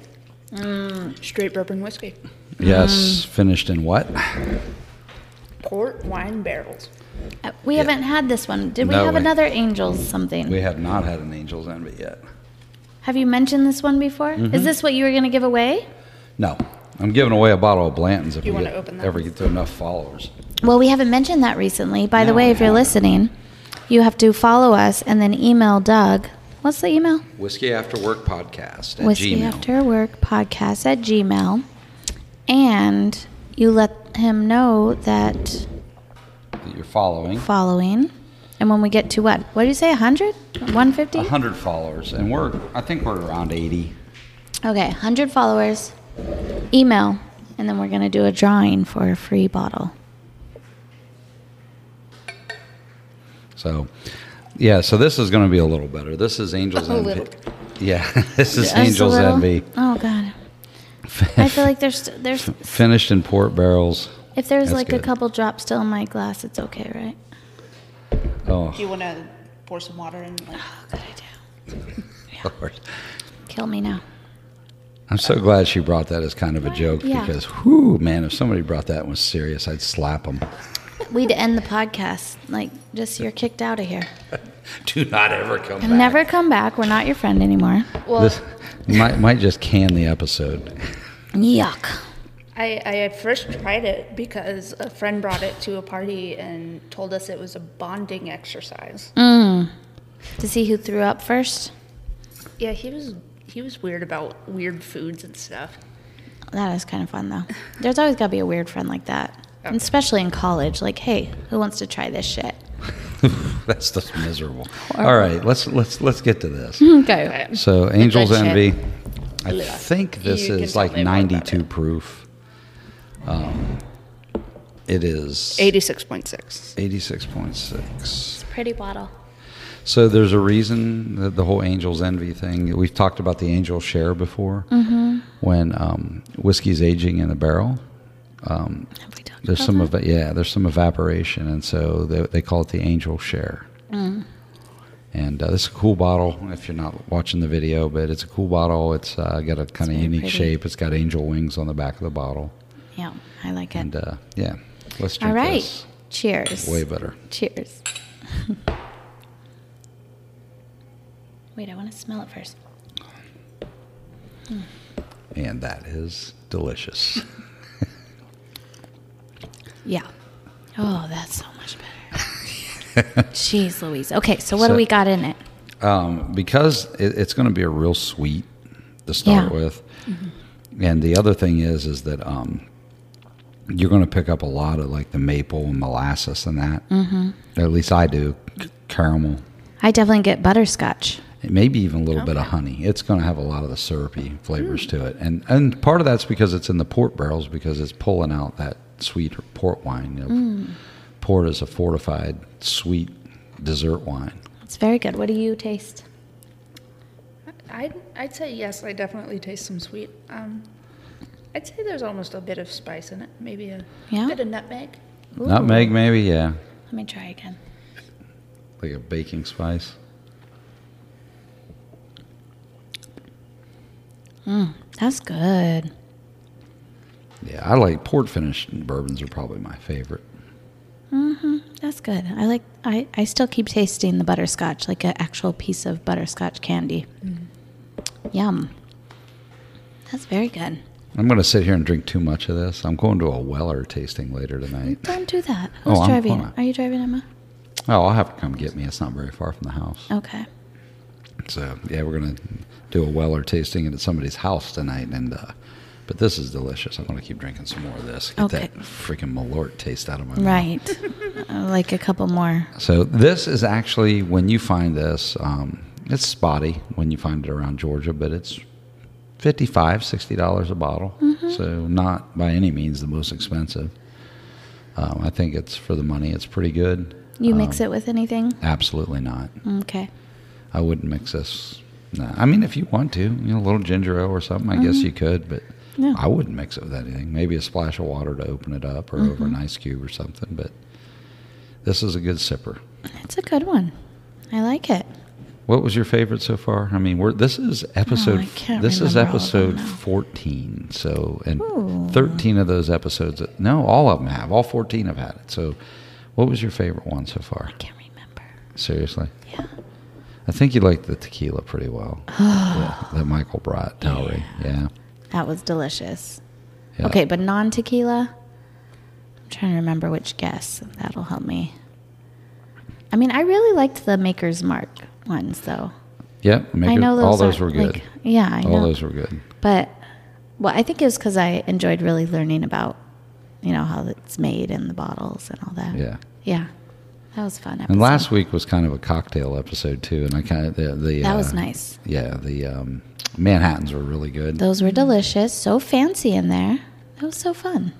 Speaker 3: Straight bourbon whiskey.
Speaker 1: Yes, finished in what?
Speaker 3: Port wine barrels.
Speaker 2: Uh, We
Speaker 1: Yeah.
Speaker 2: haven't had this one. Did we
Speaker 1: No,
Speaker 2: have
Speaker 1: we-
Speaker 2: another Angels something?
Speaker 1: We have not had an angel's envy yet.
Speaker 2: have you mentioned this one before?
Speaker 1: Mm-hmm.
Speaker 2: Is this what you were going to give away?
Speaker 1: No, I'm giving away a bottle of Blanton's if
Speaker 3: You
Speaker 1: we
Speaker 3: wanna
Speaker 1: get,
Speaker 3: open that?
Speaker 1: ever get to enough followers.
Speaker 2: Well, we haven't mentioned that recently. By the
Speaker 1: No,
Speaker 2: way,
Speaker 1: we
Speaker 2: if you're
Speaker 1: haven't.
Speaker 2: listening, you have to follow us and then email Doug. What's the email?
Speaker 1: Whiskey After Work podcast at
Speaker 2: Whiskey
Speaker 1: Gmail.
Speaker 2: After Work Podcast at Gmail. And you let him know that
Speaker 1: that you're following.
Speaker 2: following. And when we get to what? What do you say? 100? 150?
Speaker 1: 100 followers, and we're I think we're around 80.
Speaker 2: Okay, 100 followers, email, and then we're going to do a drawing for a free bottle.
Speaker 1: So, yeah. So this is going to be a little better. This is Angels
Speaker 3: A
Speaker 1: Envy.
Speaker 3: little.
Speaker 1: Yeah, (laughs) this is
Speaker 2: Just a
Speaker 1: Angels
Speaker 2: little?
Speaker 1: Envy.
Speaker 2: Oh, God. I feel like there's,
Speaker 1: (laughs)
Speaker 2: there's
Speaker 1: Finished in port barrels.
Speaker 2: if there's
Speaker 1: That's
Speaker 2: like
Speaker 1: good.
Speaker 2: a couple drops still in my glass, it's okay, right?
Speaker 1: Oh,
Speaker 3: Do you want to pour some water in? Like,
Speaker 2: Oh, good idea.
Speaker 1: Lord.
Speaker 2: Kill me now.
Speaker 1: I'm so glad she brought that as kind of a joke
Speaker 2: Yeah.
Speaker 1: because, whoo, man, if somebody brought that and was serious, I'd slap them.
Speaker 2: We'd end the podcast. Like, just you're kicked out of here.
Speaker 1: (laughs) Do not ever come back.
Speaker 2: Never come back. We're not your friend anymore.
Speaker 3: well,
Speaker 1: This might might just can the episode.
Speaker 2: Yuck.
Speaker 3: I, I had first tried it because a friend brought it to a party and told us it was a bonding exercise.
Speaker 2: To see who threw up first?
Speaker 3: Yeah, he was he was weird about weird foods and stuff.
Speaker 2: That is kind of fun, (laughs) though. There's always got to be a weird friend like that. And especially in college. Like, hey, who wants to try this shit?
Speaker 1: (laughs) That's just miserable. All right, let's let's let's get to
Speaker 3: (laughs)
Speaker 1: this.
Speaker 2: Okay.
Speaker 1: So, Angels
Speaker 3: shit.
Speaker 1: Envy. I think this
Speaker 3: You can
Speaker 1: is
Speaker 3: tell
Speaker 1: like
Speaker 3: me more about
Speaker 1: 92 proof. Um, it is
Speaker 3: Eighty six point six.
Speaker 1: 86.6.
Speaker 2: Pretty bottle.
Speaker 1: So there's a reason that the whole Angels Envy thing. We've talked
Speaker 3: Mm-hmm.
Speaker 1: about the Angel Share before, when um, whiskey's aging in the barrel, um,
Speaker 2: Have we talked
Speaker 1: there's
Speaker 2: about
Speaker 1: some
Speaker 2: that?
Speaker 1: of it. Yeah, there's some evaporation, and so they, they call it the angel share.
Speaker 2: Mm.
Speaker 1: And uh, this is a cool bottle. If you're not watching the video, but it's a cool bottle. It's uh, got a kind of
Speaker 2: very
Speaker 1: unique
Speaker 2: pretty.
Speaker 1: shape. It's got angel wings on the back of the bottle.
Speaker 2: Yeah, I like
Speaker 1: And
Speaker 2: it.
Speaker 1: uh, yeah, let's drink
Speaker 2: All right.
Speaker 1: this.
Speaker 2: Cheers.
Speaker 1: Way better.
Speaker 2: Cheers. (laughs) Wait, I want to smell it first.
Speaker 1: And that is delicious.
Speaker 2: Yeah. Oh, that's so much better. (laughs) Jeez Louise. Okay, so what
Speaker 1: So-
Speaker 2: do we got in it?
Speaker 1: um, because it, it's going to be a real sweet to start
Speaker 2: Yeah.
Speaker 1: with. And the other thing is, is that um, you're going to pick up a lot of like the maple and molasses and that. Mm-hmm. Or at least I do. c- Caramel,
Speaker 2: I definitely get butterscotch.
Speaker 1: and maybe even a little bit of honey. It's going to have a lot of the syrupy flavors to it, and and part of that's because it's in the port barrels because it's pulling out that sweet port wine. You know, Port is a fortified sweet dessert wine.
Speaker 2: It's very good. What do you taste?
Speaker 3: I'd, I'd say yes, I definitely taste some sweet. Um, I'd say there's almost a bit of spice in it, maybe a
Speaker 2: Yeah?
Speaker 3: bit of (laughs) nutmeg.
Speaker 1: Nutmeg, maybe, yeah,
Speaker 2: Let me try again.
Speaker 1: like a baking spice.
Speaker 2: Mm, That's good.
Speaker 1: Yeah, I like port finished bourbons are probably my favorite.
Speaker 2: Mm-hmm, That's good. I like I, I still keep tasting the butterscotch, like an actual piece of butterscotch candy. Yum. That's very good.
Speaker 1: I'm going to sit here and drink too much of this. I'm going to a Weller tasting later
Speaker 2: (laughs)
Speaker 1: tonight.
Speaker 2: Don't do that.
Speaker 1: Oh,
Speaker 2: Who's
Speaker 1: I'm
Speaker 2: driving?
Speaker 1: fine.
Speaker 2: Are you driving, Emma?
Speaker 1: Oh, I'll have to come get me. It's not very far from the house.
Speaker 2: Okay.
Speaker 1: So, yeah, we're going to do a Weller tasting at somebody's house tonight. And uh, But this is delicious. I'm going to keep drinking some more of this. Get
Speaker 2: Okay.
Speaker 1: that freaking Malort taste out of my mouth.
Speaker 2: Right.
Speaker 1: (laughs)
Speaker 2: Uh, like a couple more.
Speaker 1: So this is actually when you find this, um, it's spotty when you find it around Georgia, but it's 55 dollars a bottle. So not by any means the most expensive. Um, I think it's for the money. It's pretty good.
Speaker 2: You mix
Speaker 1: Um,
Speaker 2: it with anything?
Speaker 1: Absolutely not.
Speaker 2: Okay.
Speaker 1: I wouldn't mix this. No. I mean, if you want to, you know, a little ginger ale or something, I guess you could, but
Speaker 2: Yeah.
Speaker 1: I wouldn't mix it with anything. Maybe a splash of water to open it up or over an ice cube or something. But this is a good sipper.
Speaker 2: It's a good one. I like it.
Speaker 1: What was your favorite so far? I mean, we're this is episode
Speaker 2: I can't
Speaker 1: this is
Speaker 2: remember all of them
Speaker 1: episode
Speaker 2: now.
Speaker 1: 14. So, and
Speaker 2: Ooh.
Speaker 1: 13 of those episodes no, all of them have. All 14 have had it. So, what was your favorite one so far?
Speaker 2: Can't remember.
Speaker 1: Seriously?
Speaker 2: Yeah.
Speaker 1: I think you liked the tequila pretty
Speaker 2: (sighs)
Speaker 1: well. yeah, that Michael brought Towery. Yeah.
Speaker 2: That was delicious.
Speaker 1: yeah.
Speaker 2: Okay, but non tequila? I'm trying to remember which guess. That'll help me. I mean, I really liked the Maker's Mark ones, though.
Speaker 1: Yep, make
Speaker 2: I
Speaker 1: it-
Speaker 2: know those
Speaker 1: all those
Speaker 2: aren't,
Speaker 1: were good.
Speaker 2: like- yeah, I
Speaker 1: all
Speaker 2: know.
Speaker 1: those were good.
Speaker 2: But, well, I think it was because I enjoyed really learning about, you know, how it's made and the bottles and all that.
Speaker 1: Yeah.
Speaker 2: Yeah. That was a fun. Episode.
Speaker 1: And last week was kind of a cocktail episode too, and I kind of the, the
Speaker 2: That
Speaker 1: uh,
Speaker 2: was nice.
Speaker 1: Yeah, the um, Manhattans were really good.
Speaker 2: Those were delicious. So fancy in there. That was so fun.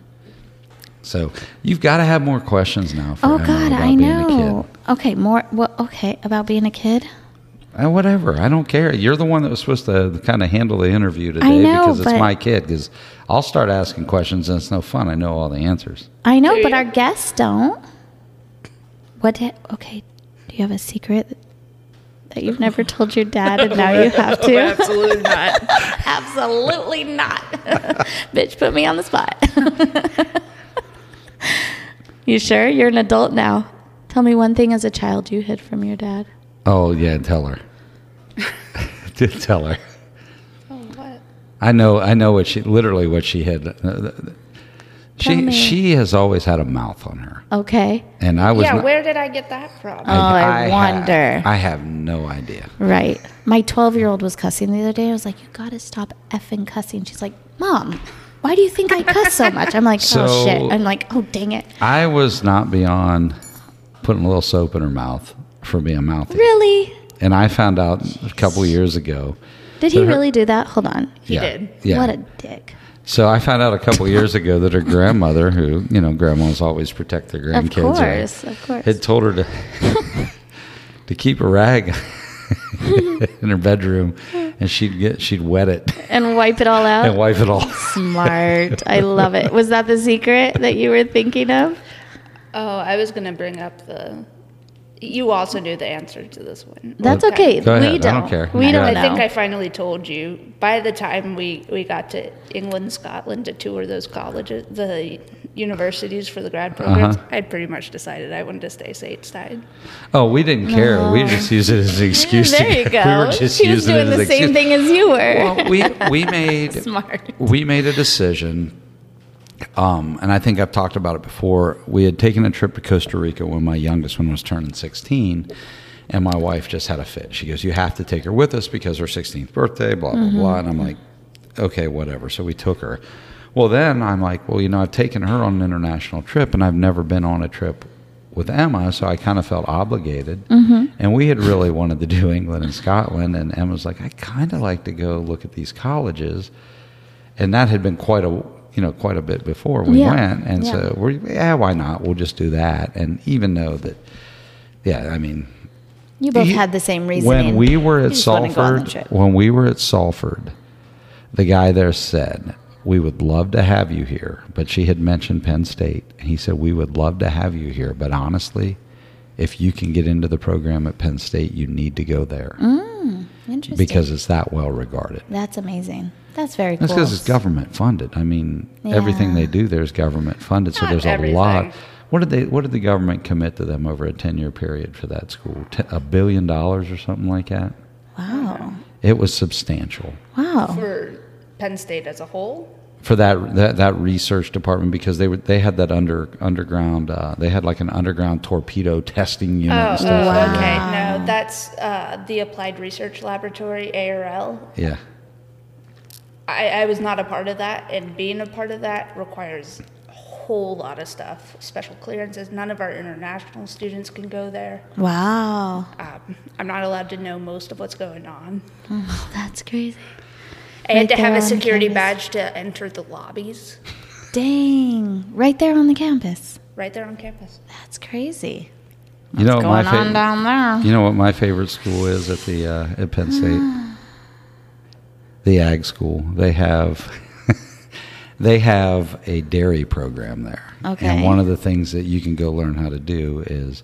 Speaker 1: So you've got to have more questions now. For
Speaker 2: Oh
Speaker 1: Emma
Speaker 2: God,
Speaker 1: about
Speaker 2: I
Speaker 1: being a
Speaker 2: know. Okay, more. Well, okay, about being a kid.
Speaker 1: kid. Uh, whatever, I don't care. You're the one that was supposed to kind of handle the interview today
Speaker 2: know,
Speaker 1: because it's
Speaker 2: but-
Speaker 1: my kid. Because I'll start asking questions and it's no fun. I know all the answers.
Speaker 2: I know, but our guests don't. What? Did, okay, do you have a secret that you've never told your dad, and now you have to?
Speaker 3: Absolutely not.
Speaker 1: (laughs)
Speaker 2: Absolutely not. Bitch, put me on the spot. (laughs) you sure? You're an adult now. Tell me one thing as a child you hid from your dad.
Speaker 1: Oh yeah, tell her. (laughs) Did tell her.
Speaker 3: Oh, what?
Speaker 1: I know. I know what she literally what she had. uh, She
Speaker 2: me.
Speaker 1: she has always had a mouth on her,
Speaker 2: Okay.
Speaker 1: and I was.
Speaker 3: yeah,
Speaker 1: not-
Speaker 3: where did I get that from?
Speaker 2: Oh, I
Speaker 1: ha-
Speaker 2: wonder.
Speaker 1: I have no idea.
Speaker 2: Right. My 12 year old was cussing the other day. I was like, You got to stop effing cussing. She's like, Mom, why do you think I cuss so much? I'm like,
Speaker 1: So-
Speaker 2: Oh, shit. I'm like, Oh, dang it.
Speaker 1: I was not beyond putting a little soap in her mouth for being mouthy.
Speaker 2: Really?
Speaker 1: And I found out a couple years ago.
Speaker 2: Did
Speaker 1: So
Speaker 2: he
Speaker 1: her-
Speaker 2: really do that? Hold on.
Speaker 3: He
Speaker 1: yeah,
Speaker 3: did.
Speaker 1: Yeah.
Speaker 2: What a dick.
Speaker 1: so I found out a couple years ago that her grandmother, who, you know, grandmas always protect their grandkids.
Speaker 2: Of
Speaker 1: right,
Speaker 2: course. Of course.
Speaker 1: Had told her to (laughs) to keep a rag (laughs) in her bedroom and she'd get she'd wet it (laughs)
Speaker 2: and wipe it all out.
Speaker 1: and wipe it all.
Speaker 2: smart. I love it. Was that the secret that you were thinking of?
Speaker 3: Oh, I was going to bring up the. You also knew the answer to this one.
Speaker 2: That's okay.
Speaker 1: Go ahead.
Speaker 2: We
Speaker 1: I
Speaker 2: don't.
Speaker 1: don't care.
Speaker 2: We
Speaker 1: Go
Speaker 2: don't
Speaker 1: ahead.
Speaker 2: know.
Speaker 3: I think I finally told you by the time we, we got to England, Scotland to tour those colleges, the universities for the grad programs,
Speaker 1: Uh-huh.
Speaker 3: I'd pretty much decided I wanted to stay stateside.
Speaker 1: Oh, we didn't care. We just used it as an excuse.
Speaker 2: (laughs) there
Speaker 1: to
Speaker 2: you
Speaker 1: get- (laughs)
Speaker 2: go.
Speaker 1: We were just
Speaker 2: she was
Speaker 1: using
Speaker 2: doing
Speaker 1: it as
Speaker 2: the
Speaker 1: an
Speaker 2: same
Speaker 1: excuse.
Speaker 2: thing as you were.
Speaker 1: Well, we
Speaker 2: (laughs)
Speaker 1: we made
Speaker 2: Smart.
Speaker 1: we made a decision. Um, and I think I've talked about it before. We had taken a trip to Costa Rica when my youngest one was turning 16, and my wife just had a fit. She goes, "You have to take her with us because her 16th birthday." Blah blah blah. And I'm like, "Okay, whatever." So we took her. Well, then I'm like, "Well, you know, I've taken her on an international trip, and I've never been on a trip with Emma, so I kind of felt obligated.
Speaker 2: Mm-hmm.
Speaker 1: And we had really wanted to do England and Scotland, and Emma's like, "I kind of like to go look at these colleges." and that had been quite a you know quite a bit before we
Speaker 2: Yeah.
Speaker 1: went and
Speaker 2: Yeah.
Speaker 1: so we're yeah why not we'll just do that and even though that yeah i mean
Speaker 5: You both
Speaker 1: you-
Speaker 5: had the same reasoning.
Speaker 1: when we were
Speaker 5: You
Speaker 1: at
Speaker 5: just wanna go on the
Speaker 1: salford
Speaker 5: trip.
Speaker 1: when we were at salford the guy there said we would love to have you here but she had mentioned penn state and he said we would love to have you here but honestly if you can get into the program at penn state you need to go there
Speaker 5: Interesting.
Speaker 1: because it's that well regarded
Speaker 5: that's amazing. That's very cool.
Speaker 1: That's because it's government funded. I mean, everything
Speaker 5: Yeah.
Speaker 1: they do there is government funded, so
Speaker 3: Not
Speaker 1: there's a
Speaker 3: everything.
Speaker 1: lot. What did they? What did the government commit to them over a ten-year period for that school? T- A billion dollars or something like that.
Speaker 5: Wow.
Speaker 1: It was substantial
Speaker 2: Oh.
Speaker 5: Wow.
Speaker 3: For Penn State as a whole,
Speaker 1: for that that, that research department because they were they had that under underground. Uh, they had like an underground torpedo testing unit.
Speaker 3: Oh,
Speaker 1: and stuff
Speaker 3: oh,
Speaker 1: like that.
Speaker 3: okay. No, that's uh, the Applied Research Laboratory, ARL.
Speaker 1: Yeah.
Speaker 3: I, I was not a part of that, and being a part of that requires a whole lot of stuff special clearances. None of our international students can go there.
Speaker 5: Wow. (sighs)
Speaker 3: Um, I'm not allowed to know most of what's going on.
Speaker 2: That's crazy.
Speaker 3: I had
Speaker 5: Right
Speaker 3: to have
Speaker 5: there
Speaker 3: a
Speaker 5: on
Speaker 3: security
Speaker 5: campus.
Speaker 3: badge to enter the lobbies
Speaker 5: Dang. Right there on the campus.
Speaker 3: right there on campus.
Speaker 5: That's crazy.
Speaker 1: You know what my
Speaker 5: Going
Speaker 1: fa-
Speaker 5: on down there.
Speaker 1: You know what my favorite school is at the uh, at
Speaker 5: Ah.
Speaker 1: Penn State? the Ag School. They have (laughs) they have a dairy program there.
Speaker 5: Okay.
Speaker 1: And one of the things that you can go learn how to do is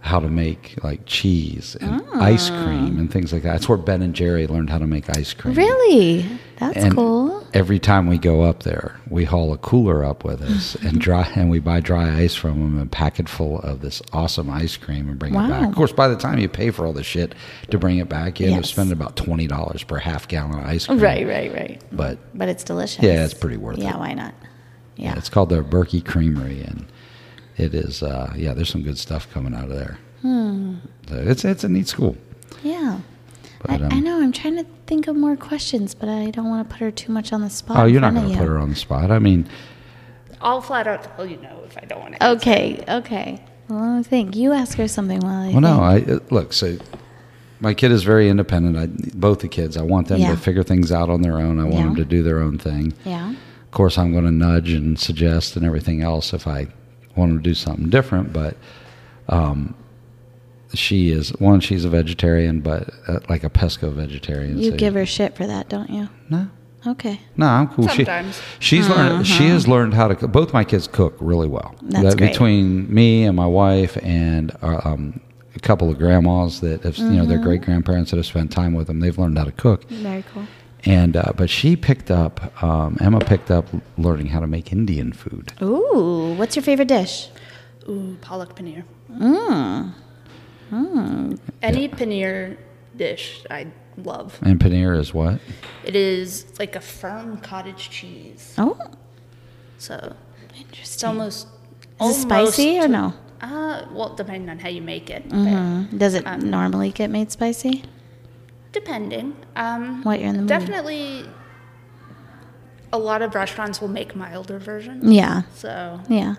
Speaker 1: how to make like cheese and
Speaker 5: Ah.
Speaker 1: ice cream and things like that. That's where Ben and Jerry learned how to make ice cream.
Speaker 5: Really? That's
Speaker 1: and
Speaker 5: cool.
Speaker 1: Every time we go up there, we haul a cooler up
Speaker 5: (laughs)
Speaker 1: with us and dry and we buy dry ice from them and pack it full of this awesome ice cream and bring it back.
Speaker 5: Wow.
Speaker 1: Of course, by the time you pay for all the shit to bring it back, you end up
Speaker 5: Yes.
Speaker 1: spending about twenty dollars per half gallon of ice cream.
Speaker 5: Right, right, right.
Speaker 1: But
Speaker 5: But it's delicious.
Speaker 1: Yeah, it's pretty worth
Speaker 5: Yeah,
Speaker 1: it.
Speaker 5: why not?
Speaker 1: yeah.
Speaker 5: Yeah.
Speaker 1: it's called the Berkey Creamery, and it is uh, yeah. There's some good stuff coming out of there.
Speaker 5: Hmm.
Speaker 1: So it's it's a neat school.
Speaker 5: Yeah.
Speaker 1: But,
Speaker 5: I,
Speaker 1: um,
Speaker 5: I know. I'm trying to think of more questions, but I don't want to put her too much on the spot.
Speaker 1: Oh,
Speaker 5: in
Speaker 1: you're not
Speaker 5: front of
Speaker 1: going to
Speaker 5: you.
Speaker 1: put her on the spot. I mean,
Speaker 3: I'll flat out tell you no if I don't
Speaker 5: Oh.
Speaker 3: want to.
Speaker 5: Okay. Okay. Well, let me think. You ask her something while I.
Speaker 1: Well, no,
Speaker 5: think.
Speaker 1: I uh, look. So my kid is very independent. I, both the kids, I want them
Speaker 5: Yeah.
Speaker 1: to figure things out on their own. I want
Speaker 5: Yeah.
Speaker 1: them to do their own thing.
Speaker 5: Yeah.
Speaker 1: Of course, I'm going to nudge and suggest and everything else if I want them to do something different. But um, she is one. She's a vegetarian, but uh, like a pesco vegetarian.
Speaker 5: You
Speaker 1: so-
Speaker 5: give her shit for that, don't you?
Speaker 1: no.
Speaker 5: Okay.
Speaker 1: No, I'm cool.
Speaker 3: Sometimes.
Speaker 1: She, she's learned. She has learned how to. cook. Both my kids cook really well.
Speaker 5: Uh-huh. That's
Speaker 1: That-
Speaker 5: great.
Speaker 1: Between me and my wife and uh, um, a couple of grandmas that have, you know, their
Speaker 5: Mm-hmm.
Speaker 1: great grandparents that have spent time with them, they've learned how to cook.
Speaker 5: Very cool.
Speaker 1: And uh, but she picked up. Um, Emma picked up learning how to make Indian food.
Speaker 5: Ooh, what's your favorite dish? Mmm.
Speaker 3: Ooh, pollock paneer. Mm. Any paneer dish I love.
Speaker 1: And paneer is what?
Speaker 3: It is like a firm cottage cheese.
Speaker 5: Oh,
Speaker 3: So it's
Speaker 5: interesting.
Speaker 3: almost.
Speaker 5: Mm. Is it spicy or
Speaker 3: almost-
Speaker 5: no?
Speaker 3: Uh, well, depending on how you make it. but
Speaker 5: Mm, Does it normally get made spicy?
Speaker 3: Depending. Um,
Speaker 5: What you're in the mood.
Speaker 3: Definitely, a lot of restaurants will make milder versions.
Speaker 5: Yeah.
Speaker 3: So,
Speaker 5: Yeah.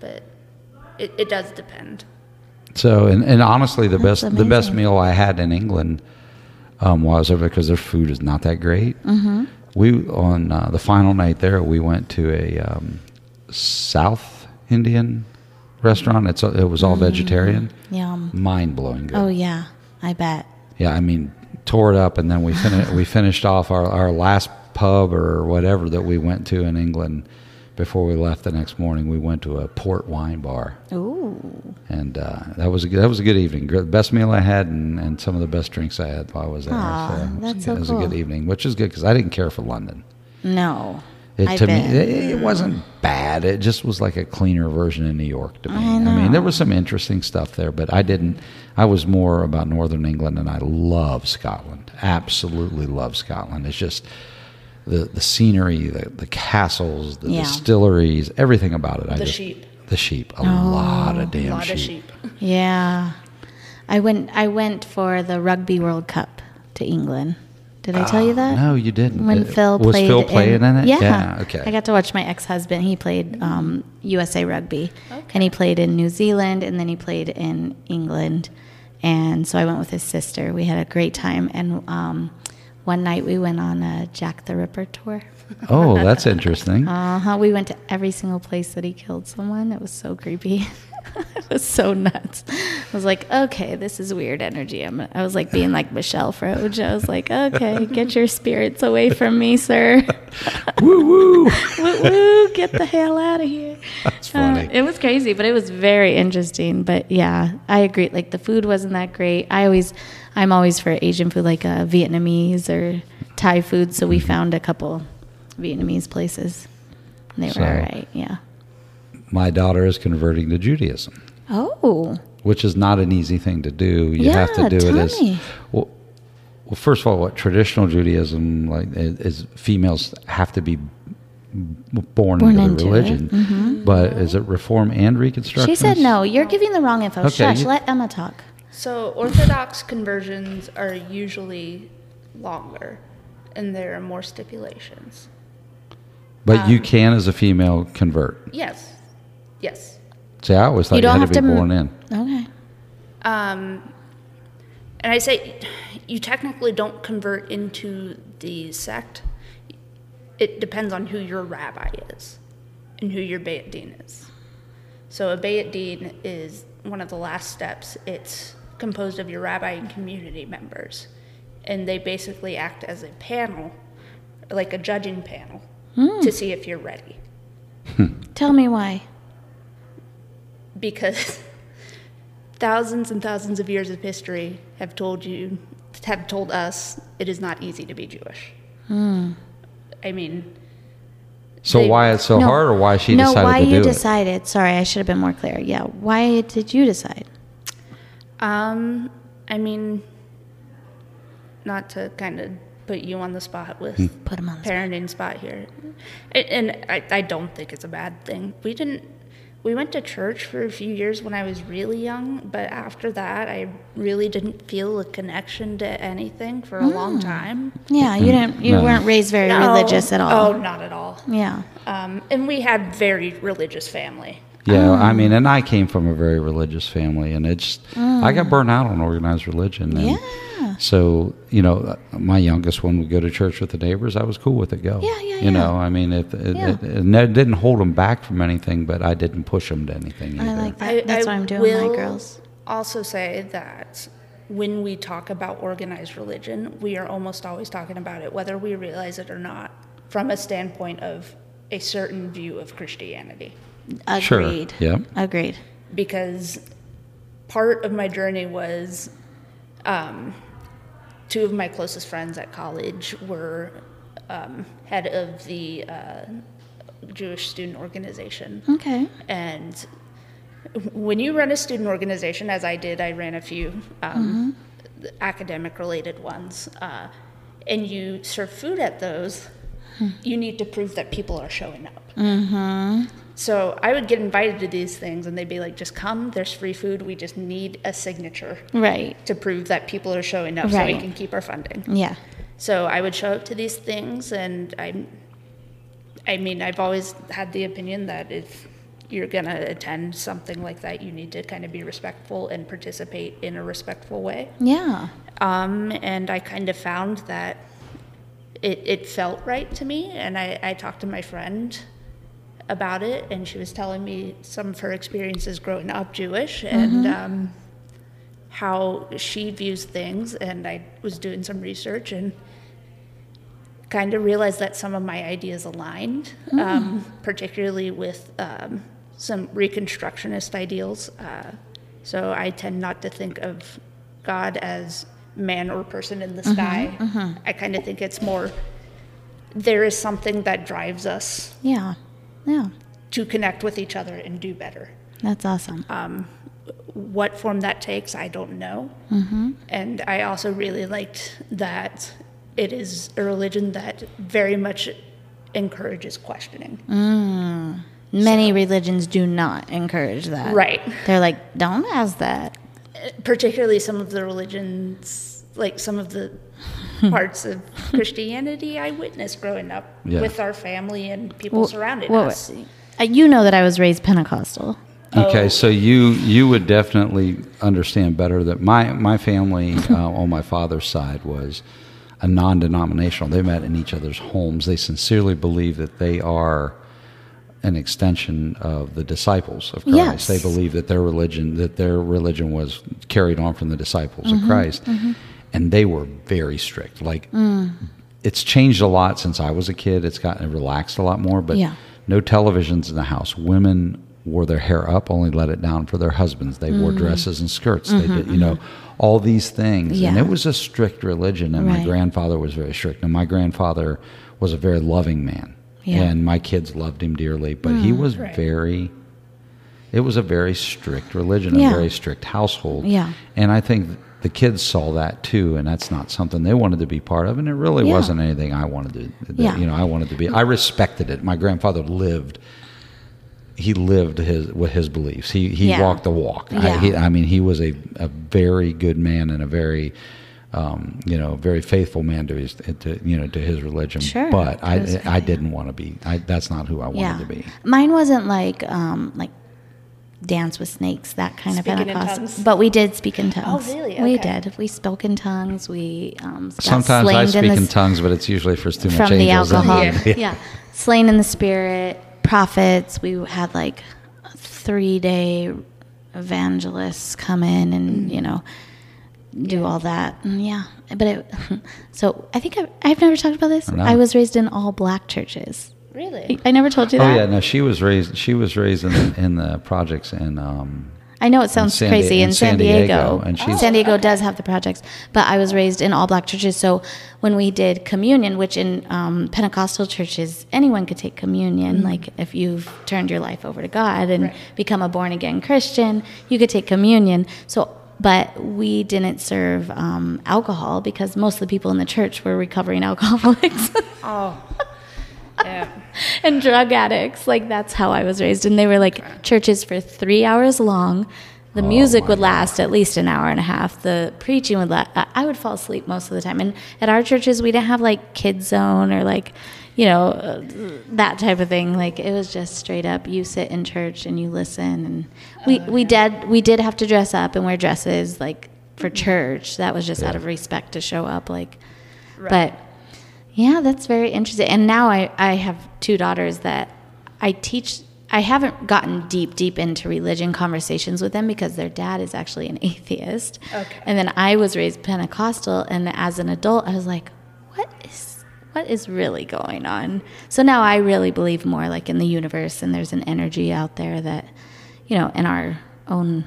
Speaker 3: but it, it does depend.
Speaker 1: So and, and honestly, the
Speaker 5: That's
Speaker 1: best the best
Speaker 5: amazing.
Speaker 1: meal I had in England um, while I was over because their food is not that great. Mm-hmm. We on uh, the final night there, we went to a um, South Indian restaurant. It's it was all vegetarian.
Speaker 5: Yum.
Speaker 1: Mind blowing good.
Speaker 5: Mm-hmm. Oh yeah, I bet.
Speaker 1: Yeah, I mean, tore it up, and then we finished we finished off our, our last pub or whatever that we went to in England before we left the next morning. We went to a port wine bar,
Speaker 2: Ooh.
Speaker 1: and uh, that was a good, that was a good evening. Gr- Best meal I had, and, and some of the best drinks I had while I was there.
Speaker 2: Aw,
Speaker 1: it was a
Speaker 2: that's
Speaker 1: good-
Speaker 2: so
Speaker 1: it was a good
Speaker 2: cool.
Speaker 1: evening, which is good because I didn't care for London.
Speaker 2: No.
Speaker 1: It,
Speaker 2: I
Speaker 1: to
Speaker 2: bet.
Speaker 1: me, it, it wasn't bad. It just was like a cleaner version in New York to me. I, mean, there was some interesting stuff there, but I didn't. I was more about Northern England, and I love Scotland. Absolutely love Scotland. It's just the the scenery, the, the castles, the
Speaker 2: Yeah.
Speaker 1: distilleries, everything about it. I
Speaker 3: The
Speaker 1: just-
Speaker 3: sheep.
Speaker 1: The sheep. A lot
Speaker 2: Oh.
Speaker 1: of damn
Speaker 3: a lot
Speaker 1: sheep.
Speaker 3: of sheep.
Speaker 2: Yeah. I went I went for the Rugby World Cup to England. Did I tell you that?
Speaker 1: Ah, No, you didn't.
Speaker 2: When
Speaker 1: It-
Speaker 2: Phil
Speaker 1: was
Speaker 2: played
Speaker 1: Phil playing in, it?
Speaker 2: Yeah.
Speaker 1: Okay.
Speaker 2: I got to watch my ex-husband. He played um, USA Rugby. And he played in New Zealand and then he played in England. And so I went with his sister. We had a great time and um, one night we went on a Jack the Ripper tour. (laughs)
Speaker 1: oh, that's interesting. (laughs)
Speaker 2: Uh-huh. We went to every single place that he killed someone. It was so creepy. (laughs) it was so nuts. I was like, okay, this is weird energy. I'm, I was like being like Michelle Froge. I was like, okay, get your spirits away from me, sir.
Speaker 1: (laughs) woo woo.
Speaker 2: woo woo, get the hell out of here.
Speaker 1: That's funny.
Speaker 2: Uh, it was crazy, but it was very interesting. But yeah, I agree. Like the food wasn't that great. I always, I'm always for Asian food, like uh, Vietnamese or Thai food. So
Speaker 1: Mm-hmm.
Speaker 2: we found a couple Vietnamese places. And they
Speaker 1: So-
Speaker 2: were all right. Yeah.
Speaker 1: My daughter is converting to Judaism.
Speaker 2: Oh,
Speaker 1: which is not an easy thing to do. You have to
Speaker 2: Yeah,
Speaker 1: do
Speaker 2: tell
Speaker 1: it as
Speaker 2: me.
Speaker 1: well. Well, first of all, what traditional Judaism like is, is females have to be b- born,
Speaker 2: Born
Speaker 1: into
Speaker 2: into
Speaker 1: the
Speaker 2: it. Mm-hmm.
Speaker 1: religion, but is it reform and reconstruction?
Speaker 2: she said no. You're giving the wrong info.
Speaker 1: Okay,
Speaker 2: Shush.
Speaker 1: you-
Speaker 2: Let Emma talk.
Speaker 3: So Orthodox conversions are usually longer, and there are more stipulations.
Speaker 1: but
Speaker 2: Um,
Speaker 1: you can as a female convert.
Speaker 3: Yes, yes.
Speaker 1: See, I always thought you,
Speaker 2: don't
Speaker 1: had
Speaker 2: have
Speaker 1: to be
Speaker 2: to m-
Speaker 1: born in.
Speaker 2: Okay.
Speaker 3: Um, and I say you technically don't convert into the sect. It depends on who your rabbi is and who your Bayat Din is. So a Bayat Din is one of the last steps. It's composed of your rabbi and community members. And they basically act as a panel, like a judging panel, to see if you're ready.
Speaker 2: Tell me why.
Speaker 3: because (laughs) thousands and thousands of years of history have told you have told us it is not easy to be Jewish. I mean,
Speaker 1: So
Speaker 3: They-
Speaker 1: why it's so
Speaker 2: No.
Speaker 1: hard, or why she
Speaker 2: no,
Speaker 1: decided
Speaker 2: why
Speaker 1: to do
Speaker 2: you
Speaker 1: it?
Speaker 2: decided. Sorry, I should have been more clear. Yeah. Why did you decide?
Speaker 3: um, I mean, not to kind of put you on the spot with
Speaker 2: Put him on the spot.
Speaker 3: parenting spot here, and, and I, I don't think it's a bad thing. We didn't. We went to church for a few years when I was really young, but after that, I really didn't feel a connection to anything for a long time.
Speaker 2: Yeah, you didn't. You
Speaker 1: Mm. No.
Speaker 2: weren't raised very
Speaker 3: No.
Speaker 2: religious at all.
Speaker 3: Oh, not at all.
Speaker 2: Yeah.
Speaker 3: Um, and we had very religious family.
Speaker 1: Yeah, I
Speaker 2: um,
Speaker 1: mean, and I came from a very religious family, and it's I got burnt out on organized religion. And
Speaker 2: Mm. Yeah.
Speaker 1: So you know, my youngest one would go to church with the neighbors. I was cool with it. Go.
Speaker 2: Yeah, yeah,
Speaker 1: You
Speaker 2: yeah.
Speaker 1: know, I mean, it it,
Speaker 2: Yeah.
Speaker 1: it, it ne- didn't hold them back from anything, but I didn't push them to anything either.
Speaker 2: I like that. That's
Speaker 3: I
Speaker 2: why I'm doing
Speaker 3: will
Speaker 2: my girls.
Speaker 3: Also, say that when we talk about organized religion, we are almost always talking about it, whether we realize it or not, from a standpoint of a certain view of Christianity.
Speaker 1: Sure.
Speaker 2: Agreed.
Speaker 1: Yep.
Speaker 2: Agreed.
Speaker 3: because part of my journey was um, two of my closest friends at college were um, head of the uh, Jewish student organization.
Speaker 2: Okay.
Speaker 3: And when you run a student organization, as I did, I ran a few um, academic related ones, uh, and you serve food at those, you need to prove that people are showing up. So I would get invited to these things, and they'd be like, just come, there's free food, we just need a signature
Speaker 2: Right.
Speaker 3: to prove that people are showing up so we
Speaker 2: Right.
Speaker 3: can keep our funding.
Speaker 2: Yeah.
Speaker 3: So I would show up to these things, and I, I mean, I've always had the opinion that if you're gonna attend something like that, you need to kind of be respectful and participate in a respectful way.
Speaker 2: Yeah.
Speaker 3: Um, and I kind of found that it, it felt right to me, and I, I talked to my friend about it, and she was telling me some of her experiences growing up Jewish and um, how she views things, and I was doing some research, and kind of realized that some of my ideas aligned, um, particularly with um, some Reconstructionist ideals. Uh, so I tend not to think of God as man or person in the sky. I kind of think it's more there is something that drives us
Speaker 2: Yeah. Yeah.
Speaker 3: to connect with each other and do better.
Speaker 2: That's awesome.
Speaker 3: Uh, What form that takes, I don't know.
Speaker 2: Mm-hmm.
Speaker 3: And I also really liked that it is a religion that very much encourages questioning.
Speaker 2: Mm. Many religions do not encourage that.
Speaker 3: Right.
Speaker 2: They're like, don't ask that.
Speaker 3: Particularly some of the religions, like some
Speaker 2: (laughs)
Speaker 3: of the parts of Christianity I witnessed growing up
Speaker 1: Yeah.
Speaker 3: with our family and people surrounding
Speaker 2: Well,
Speaker 3: us.
Speaker 2: uh, You know that I was raised Pentecostal.
Speaker 1: Okay, so you you would definitely understand better that my my family uh, on my father's side was a non-denominational. They met in each other's homes. They sincerely believe that they are an extension of the disciples of Christ.
Speaker 2: Yes.
Speaker 1: They believe that their religion that their religion was carried on from the disciples of Christ, and they were very strict. Like it's changed a lot since I was a kid. It's gotten relaxed a lot more, but
Speaker 2: Yeah.
Speaker 1: no televisions in the house. Women wore their hair up, only let it down for their husbands. They
Speaker 2: Mm.
Speaker 1: wore dresses and skirts. they did, you know, all these things. And
Speaker 2: Mm-hmm, Yeah.
Speaker 1: it was a strict religion. And my
Speaker 2: Right.
Speaker 1: grandfather was very strict. And my grandfather was a very loving man.
Speaker 2: Yeah. Mm.
Speaker 1: And my kids loved him dearly, but he was very it was a very strict religion,
Speaker 2: Yeah.
Speaker 1: a very strict household.
Speaker 2: Yeah.
Speaker 1: And I think the kids saw that too, and that's not something they wanted to be part of. And it really
Speaker 2: Yeah.
Speaker 1: wasn't anything I wanted to, that,
Speaker 2: Yeah.
Speaker 1: you know, I wanted to be. I respected it. My grandfather lived. He lived his with his beliefs. He he
Speaker 2: Yeah.
Speaker 1: walked the walk. I,
Speaker 2: Yeah.
Speaker 1: he, I mean, he was a, a very good man and a very, um, you know, very faithful man to his to, you know to his religion.
Speaker 2: Sure.
Speaker 1: But
Speaker 2: It was-
Speaker 1: I I didn't want to be. I, that's not who I wanted
Speaker 2: Yeah.
Speaker 1: to be.
Speaker 2: Mine wasn't like um like dance with snakes, that kind
Speaker 4: Speaking
Speaker 2: of
Speaker 4: in
Speaker 2: Pentecost.
Speaker 4: tongues.
Speaker 2: But we did speak in tongues.
Speaker 3: really?
Speaker 2: We
Speaker 3: Okay.
Speaker 2: did. We spoke in tongues. We um got
Speaker 1: Sometimes I
Speaker 2: slammed
Speaker 1: speak
Speaker 2: in,
Speaker 1: in,
Speaker 2: the, s-
Speaker 1: tongues, but it's usually for too much
Speaker 2: from the
Speaker 1: angels in
Speaker 2: alcohol.
Speaker 1: (laughs) room.
Speaker 2: Yeah. Slain in the spirit, prophets. We had like a three day evangelists come in and, you know, do all that. And yeah. But it, (laughs) so I think I, I've never talked about this.
Speaker 1: don't know.
Speaker 2: I was raised in all black churches.
Speaker 3: Really?
Speaker 2: I- I never told you
Speaker 1: Oh
Speaker 2: that.
Speaker 1: yeah, no, she was raised. She was raised in the, in the projects in um,
Speaker 2: I know it sounds
Speaker 1: San Di-
Speaker 2: crazy
Speaker 1: in
Speaker 2: in San,
Speaker 1: San
Speaker 2: Diego,
Speaker 1: Diego, and she's-
Speaker 2: San Diego does have the projects, but I was raised in all black churches. So when we did communion, which in um, Pentecostal churches anyone could take communion, like if you've turned your life over to God and become a born again Christian, you could take communion. So. But we didn't serve um, alcohol because most of the people in the church were recovering (laughs) alcoholics.
Speaker 3: Oh.
Speaker 2: (laughs)
Speaker 3: Yeah.
Speaker 2: and drug addicts. Like that's how I was raised. And they were like churches for three hours long. The music
Speaker 1: my
Speaker 2: would last at least an hour and a half. The preaching would last. I would fall asleep most of the time. And at our churches, we didn't have like kids zone or like, you know, uh, that type of thing. Like it was just straight up. You sit in church and you listen. And we we did we did have to dress up and wear dresses like for church. That was just out of respect to show up. Like, but yeah, that's very interesting. And now I, I have two daughters that I teach. I haven't gotten deep, deep into religion conversations with them because their dad is actually an (laughs) atheist.
Speaker 3: Okay.
Speaker 2: And then I was raised Pentecostal, and as an adult, I was like, what is what is really going on? So now I really believe more like in the universe, and there's an energy out there that, you know, in our own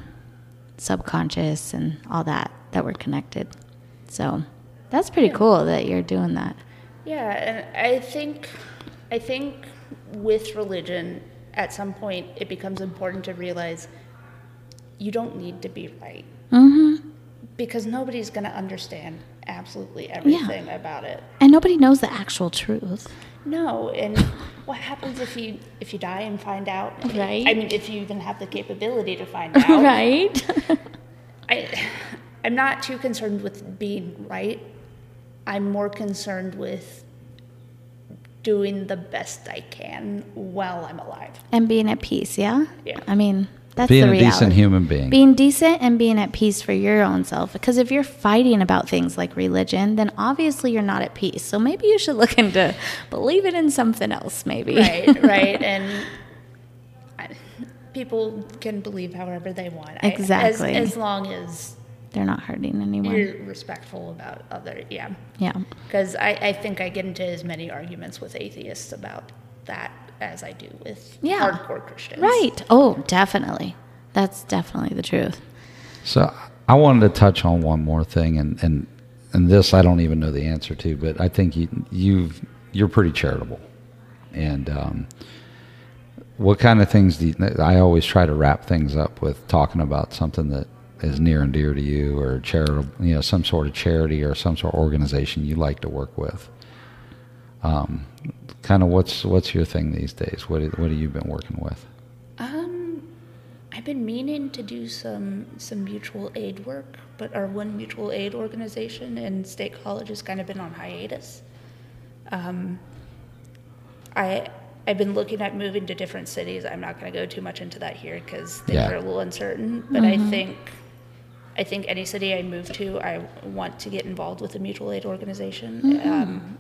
Speaker 2: subconscious and all that that we're connected. So that's pretty cool that you're doing that.
Speaker 3: Yeah, and I think I think with religion at some point it becomes important to realize you don't need to be right. Mm-hmm. Because nobody's going to understand absolutely everything about it.
Speaker 2: And nobody knows the actual truth.
Speaker 3: No, and what happens if you if you die and find out?
Speaker 2: Right.
Speaker 3: I mean, if you even have the capability
Speaker 2: (laughs)
Speaker 3: to find out.
Speaker 2: Right?
Speaker 3: (laughs) I, I'm not too concerned with being right. I'm more concerned with doing the best I can while I'm alive.
Speaker 2: (laughs) and being at peace, yeah?
Speaker 3: Yeah.
Speaker 2: I mean, that's
Speaker 1: being
Speaker 2: the
Speaker 1: a
Speaker 2: reality.
Speaker 1: decent human being.
Speaker 2: Being decent and being at peace for your own self. Because if you're fighting about things like religion, then obviously you're not at peace. So maybe you should look into believing in something else, maybe.
Speaker 3: Right, right. And I, people can believe however they want. I-
Speaker 2: Exactly.
Speaker 3: as, as long as
Speaker 2: (laughs) They're not hurting anyone.
Speaker 3: You're respectful about other, yeah.
Speaker 2: yeah.
Speaker 3: Because I, I think I get into as many arguments with atheists about that as I do with
Speaker 2: Yeah.
Speaker 3: hardcore Christians.
Speaker 2: Right. Oh, definitely. That's definitely the truth.
Speaker 1: So I wanted to touch on one more thing, and and and this I don't even know the answer to, but I think you you've you're pretty charitable, and um, what kind of things do you, I always try to wrap things up with talking about something that is near and dear to you or charitable, you know, some sort of charity or some sort of organization you like to work with. Um, kind of what's what's your thing these days? What what have you been working with?
Speaker 3: Um, I've been meaning to do some some mutual aid work, but our one mutual aid organization and state college has kind of been on hiatus. Um, I I've been looking at moving to different cities. I'm not going to go too much into that here because things
Speaker 1: Yeah.
Speaker 3: are a little uncertain. But I think I think any city I move to, I want to get involved with a mutual aid organization. Um,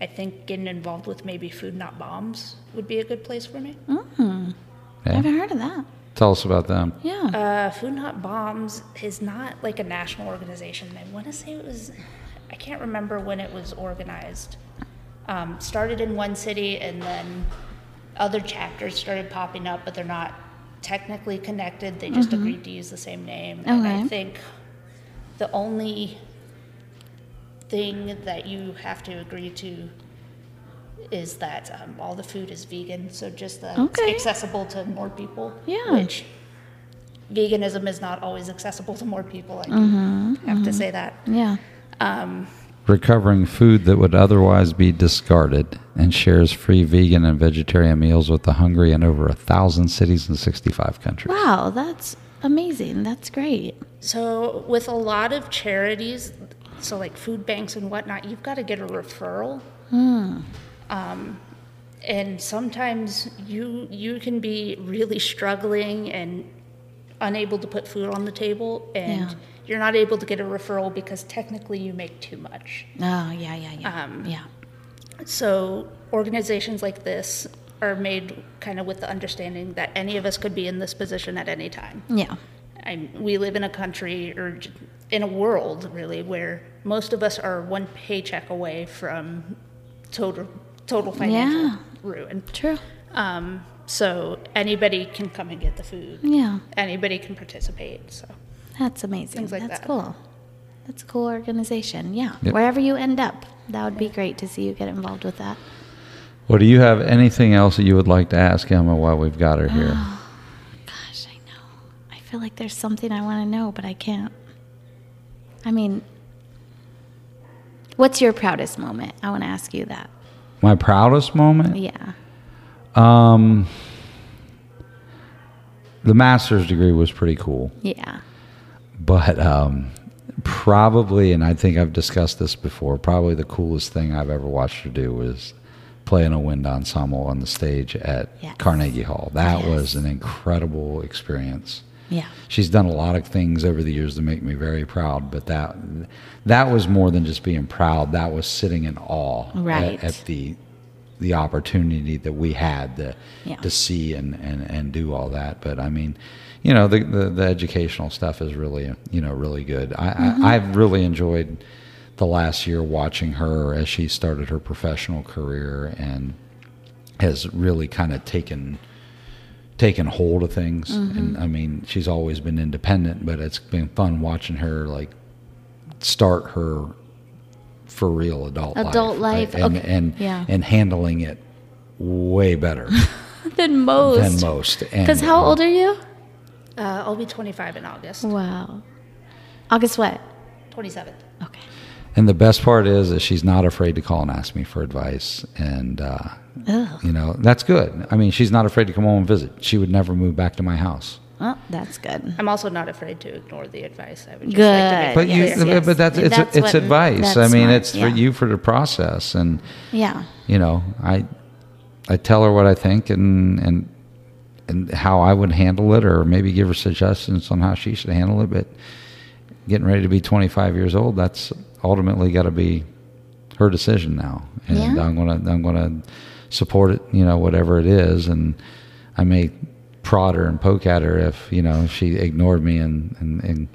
Speaker 3: I think getting involved with maybe Food Not Bombs would be a good place for me.
Speaker 2: I
Speaker 1: Yeah.
Speaker 2: haven't heard of that.
Speaker 1: Tell us about them.
Speaker 2: Yeah.
Speaker 3: Uh, Food Not Bombs is not like a national organization. I want to say it was, I can't remember when it was organized. Um, started in one city and then other chapters started popping up, but they're not technically connected. They just agreed to use the same name. And I
Speaker 2: Mm-hmm. Okay.
Speaker 3: think the only thing that you have to agree to is that um, all the food is vegan, so just that
Speaker 2: Okay.
Speaker 3: it's accessible to more people.
Speaker 2: Yeah.
Speaker 3: Which veganism is not always accessible to more people. I do
Speaker 2: Mm-hmm.
Speaker 3: have to say that.
Speaker 2: yeah.
Speaker 3: Um,
Speaker 1: recovering food that would otherwise be discarded and shares free vegan and vegetarian meals with the hungry in over a thousand cities and 65 countries.
Speaker 2: Wow, that's amazing. That's great.
Speaker 3: so with a lot of charities, so like food banks and whatnot, you've got to get a referral.
Speaker 2: Mm.
Speaker 3: Um, and sometimes you you can be really struggling and unable to put food on the table, and
Speaker 2: Yeah.
Speaker 3: you're not able to get a referral because technically you make too much.
Speaker 2: Oh, yeah, yeah, yeah.
Speaker 3: Um,
Speaker 2: yeah.
Speaker 3: So organizations like this are made kind of with the understanding that any of us could be in this position at any time.
Speaker 2: Yeah.
Speaker 3: i we live in a country or j- in a world really where most of us are one paycheck away from total total financial
Speaker 2: Yeah.
Speaker 3: ruin.
Speaker 2: True.
Speaker 3: Um, so anybody can come and get the food.
Speaker 2: Yeah.
Speaker 3: Anybody can participate. So
Speaker 2: That's amazing.
Speaker 3: Things like
Speaker 2: that's
Speaker 3: that.
Speaker 2: cool. That's a cool organization. Yeah.
Speaker 1: Yep.
Speaker 2: Wherever you end up, that would be great to see you get involved with that.
Speaker 1: Well, do you have anything else that you would like to ask Emma while we've got her
Speaker 2: (gasps)
Speaker 1: here?
Speaker 2: Gosh, I know. I feel like there's something I want to know, but I can't. I mean, what's your proudest moment? I want to ask you that.
Speaker 1: My proudest moment?
Speaker 2: Yeah.
Speaker 1: Um, the master's degree was pretty cool.
Speaker 2: Yeah.
Speaker 1: but um, probably, and I think I've discussed this before, probably the coolest thing I've ever watched her do was play in a wind ensemble on the stage at
Speaker 2: Yes.
Speaker 1: Carnegie Hall. That
Speaker 2: Yes.
Speaker 1: was an incredible experience.
Speaker 2: Yeah.
Speaker 1: She's done a lot of things over the years to make me very proud, but that that was more than just being proud. That was sitting in awe at-
Speaker 2: Right.
Speaker 1: at, the the opportunity that we had to
Speaker 2: Yeah.
Speaker 1: to see and, and and do all that. But I mean, you know, the the, the educational stuff is really you know really good. I,
Speaker 2: Mm-hmm.
Speaker 1: I I've really enjoyed the last year watching her as she started her professional career and has really kind of taken taken hold of things and
Speaker 2: Mm-hmm.
Speaker 1: i mean she's always been independent but it's been fun watching her like start her for real adult life
Speaker 2: Adult life,
Speaker 1: and
Speaker 2: okay,
Speaker 1: and,
Speaker 2: yeah.
Speaker 1: and handling it way better
Speaker 2: Than
Speaker 1: than
Speaker 2: (laughs) most.
Speaker 1: most
Speaker 2: Because how old are you?
Speaker 3: uh, I'll be 25 in August,
Speaker 2: Wow. August what?
Speaker 3: 27th.
Speaker 2: Okay.
Speaker 1: and the best part is that she's not afraid to call and ask me for advice and uh
Speaker 2: Ugh.
Speaker 1: you know that's good i mean she's not afraid to come home and visit she would never move back to my house
Speaker 2: Well, that's good.
Speaker 3: I'm also not afraid to ignore the advice. I would just like to
Speaker 2: Good.
Speaker 3: get
Speaker 1: But you,
Speaker 2: Yes,
Speaker 1: but-
Speaker 2: yes.
Speaker 1: but that's it's
Speaker 2: That's
Speaker 1: it's
Speaker 2: what-
Speaker 1: advice.
Speaker 2: that's
Speaker 1: I mean,
Speaker 2: smart,
Speaker 1: it's
Speaker 2: yeah.
Speaker 1: for you for the process, and
Speaker 2: Yeah.
Speaker 1: you know, I I tell her what I think and and and how I would handle it, or maybe give her suggestions on how she should handle it. But getting ready to be 25 years old, that's ultimately got to be her decision now, and
Speaker 2: Yeah.
Speaker 1: I'm gonna I'm gonna support it, you know, whatever it is, and I may prod her and poke at her if you know she ignored me and and and,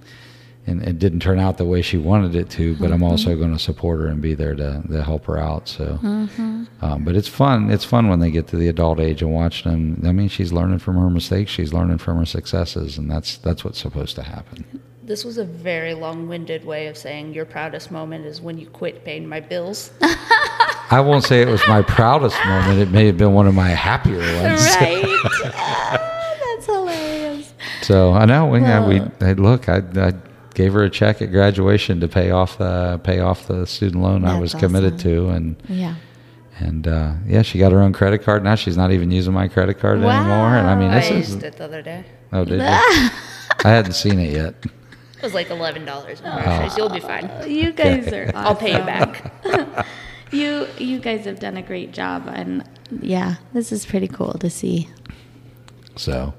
Speaker 1: and it didn't turn out the way she wanted it to, but I'm also
Speaker 2: Mm-hmm.
Speaker 1: going to support her and be there to, to help her out. So,
Speaker 2: Mm-hmm.
Speaker 1: um, but it's fun. It's fun when they get to the adult age and watch them. I mean, she's learning from her mistakes. She's learning from her successes, and that's that's what's supposed to happen.
Speaker 3: This was a very long-winded way of saying your proudest moment is when you quit paying my bills.
Speaker 1: I won't say it was
Speaker 2: (laughs)
Speaker 1: my proudest moment. It may have been one of my happier ones.
Speaker 2: Right. (laughs) that's hilarious.
Speaker 1: So I know we, I, we I, look. I, I gave her a check at graduation to pay off the pay off the student loan I
Speaker 2: That's
Speaker 1: was committed
Speaker 2: awesome.
Speaker 1: to, and
Speaker 2: Yeah.
Speaker 1: and uh, yeah, she got her own credit card now. She's not even using my credit card
Speaker 2: Wow.
Speaker 1: anymore. And I mean,
Speaker 3: I
Speaker 1: this
Speaker 3: used
Speaker 1: is
Speaker 3: it the other day.
Speaker 1: oh, did you? I hadn't seen it yet.
Speaker 3: It was like eleven dollars.
Speaker 1: Oh.
Speaker 3: You'll be fine.
Speaker 2: You guys are awesome.
Speaker 3: I'll pay
Speaker 1: (laughs)
Speaker 3: you back.
Speaker 2: You you guys have done a great job and yeah, this is pretty cool to see.
Speaker 1: So,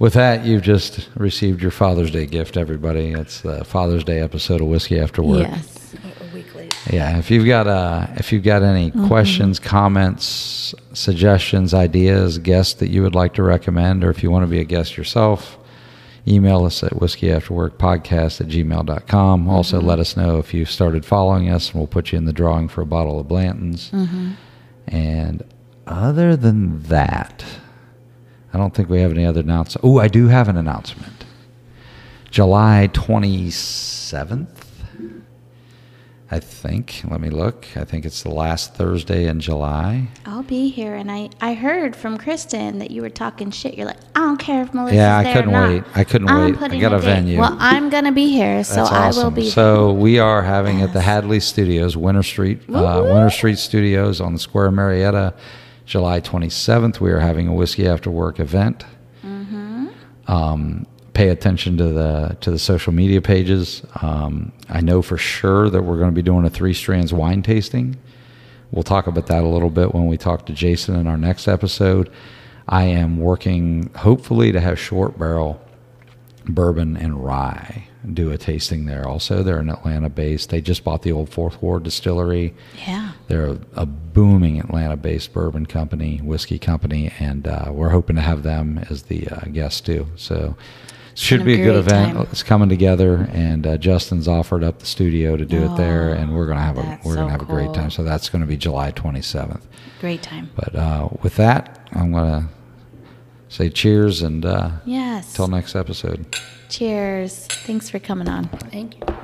Speaker 1: with that, you've just received your Father's Day gift, everybody. It's the Father's Day episode of Whiskey After Work.
Speaker 2: Yes.
Speaker 4: A week late.
Speaker 1: Yeah, if you've got uh, if you've got any questions, comments, suggestions, ideas, guests that you would like to recommend, or if you want to be a guest yourself, email us at whiskeyafterworkpodcast at gmail.com. Also, let us know if you've started following us, and we'll put you in the drawing for a bottle of Blanton's.
Speaker 2: Mm-hmm.
Speaker 1: And other than that, I don't think we have any other announcement. Oh, I do have an announcement. July 27th, I think. Let me look. I think it's the last Thursday in July.
Speaker 5: I'll be here, and I I heard from Kristen that you were talking shit. You're like, I don't care if Melissa's
Speaker 1: Yeah, I
Speaker 5: there
Speaker 1: couldn't
Speaker 5: or not.
Speaker 1: wait. I couldn't
Speaker 5: I'm
Speaker 1: wait. I
Speaker 5: putting
Speaker 1: got a
Speaker 5: date.
Speaker 1: venue.
Speaker 5: Well, I'm gonna be here, so
Speaker 1: That's
Speaker 5: I will
Speaker 1: awesome.
Speaker 5: be.
Speaker 1: So we are having at the Hadley Studios, Winter Street, uh, Winter Street Studios on the Square of Marietta, July 27th. We are having a whiskey after work event.
Speaker 5: Mm-hmm.
Speaker 1: Um, pay attention to the to the social media pages. Um, I know for sure that we're going to be doing a three strands wine tasting. We'll talk about that a little bit when we talk to Jason in our next episode. I am working hopefully to have short barrel bourbon and rye do a tasting there also they're an atlanta based they just bought the old fourth ward distillery
Speaker 5: Yeah.
Speaker 1: they're a, a booming atlanta based bourbon company whiskey company and uh, we're hoping to have them as the uh, guests too so should
Speaker 5: gonna
Speaker 1: be a
Speaker 5: be a
Speaker 1: good
Speaker 5: great
Speaker 1: event
Speaker 5: time.
Speaker 1: it's coming together and uh, justin's offered up the studio to do it there and we're gonna have a
Speaker 5: that's
Speaker 1: we're
Speaker 5: so
Speaker 1: gonna have a great
Speaker 5: cool.
Speaker 1: time so that's gonna be july 27th
Speaker 5: Great time.
Speaker 1: but uh, with that i'm gonna say cheers and uh,
Speaker 5: Yes.
Speaker 1: till next episode
Speaker 5: Cheers. Thanks for coming on.
Speaker 3: Thank you.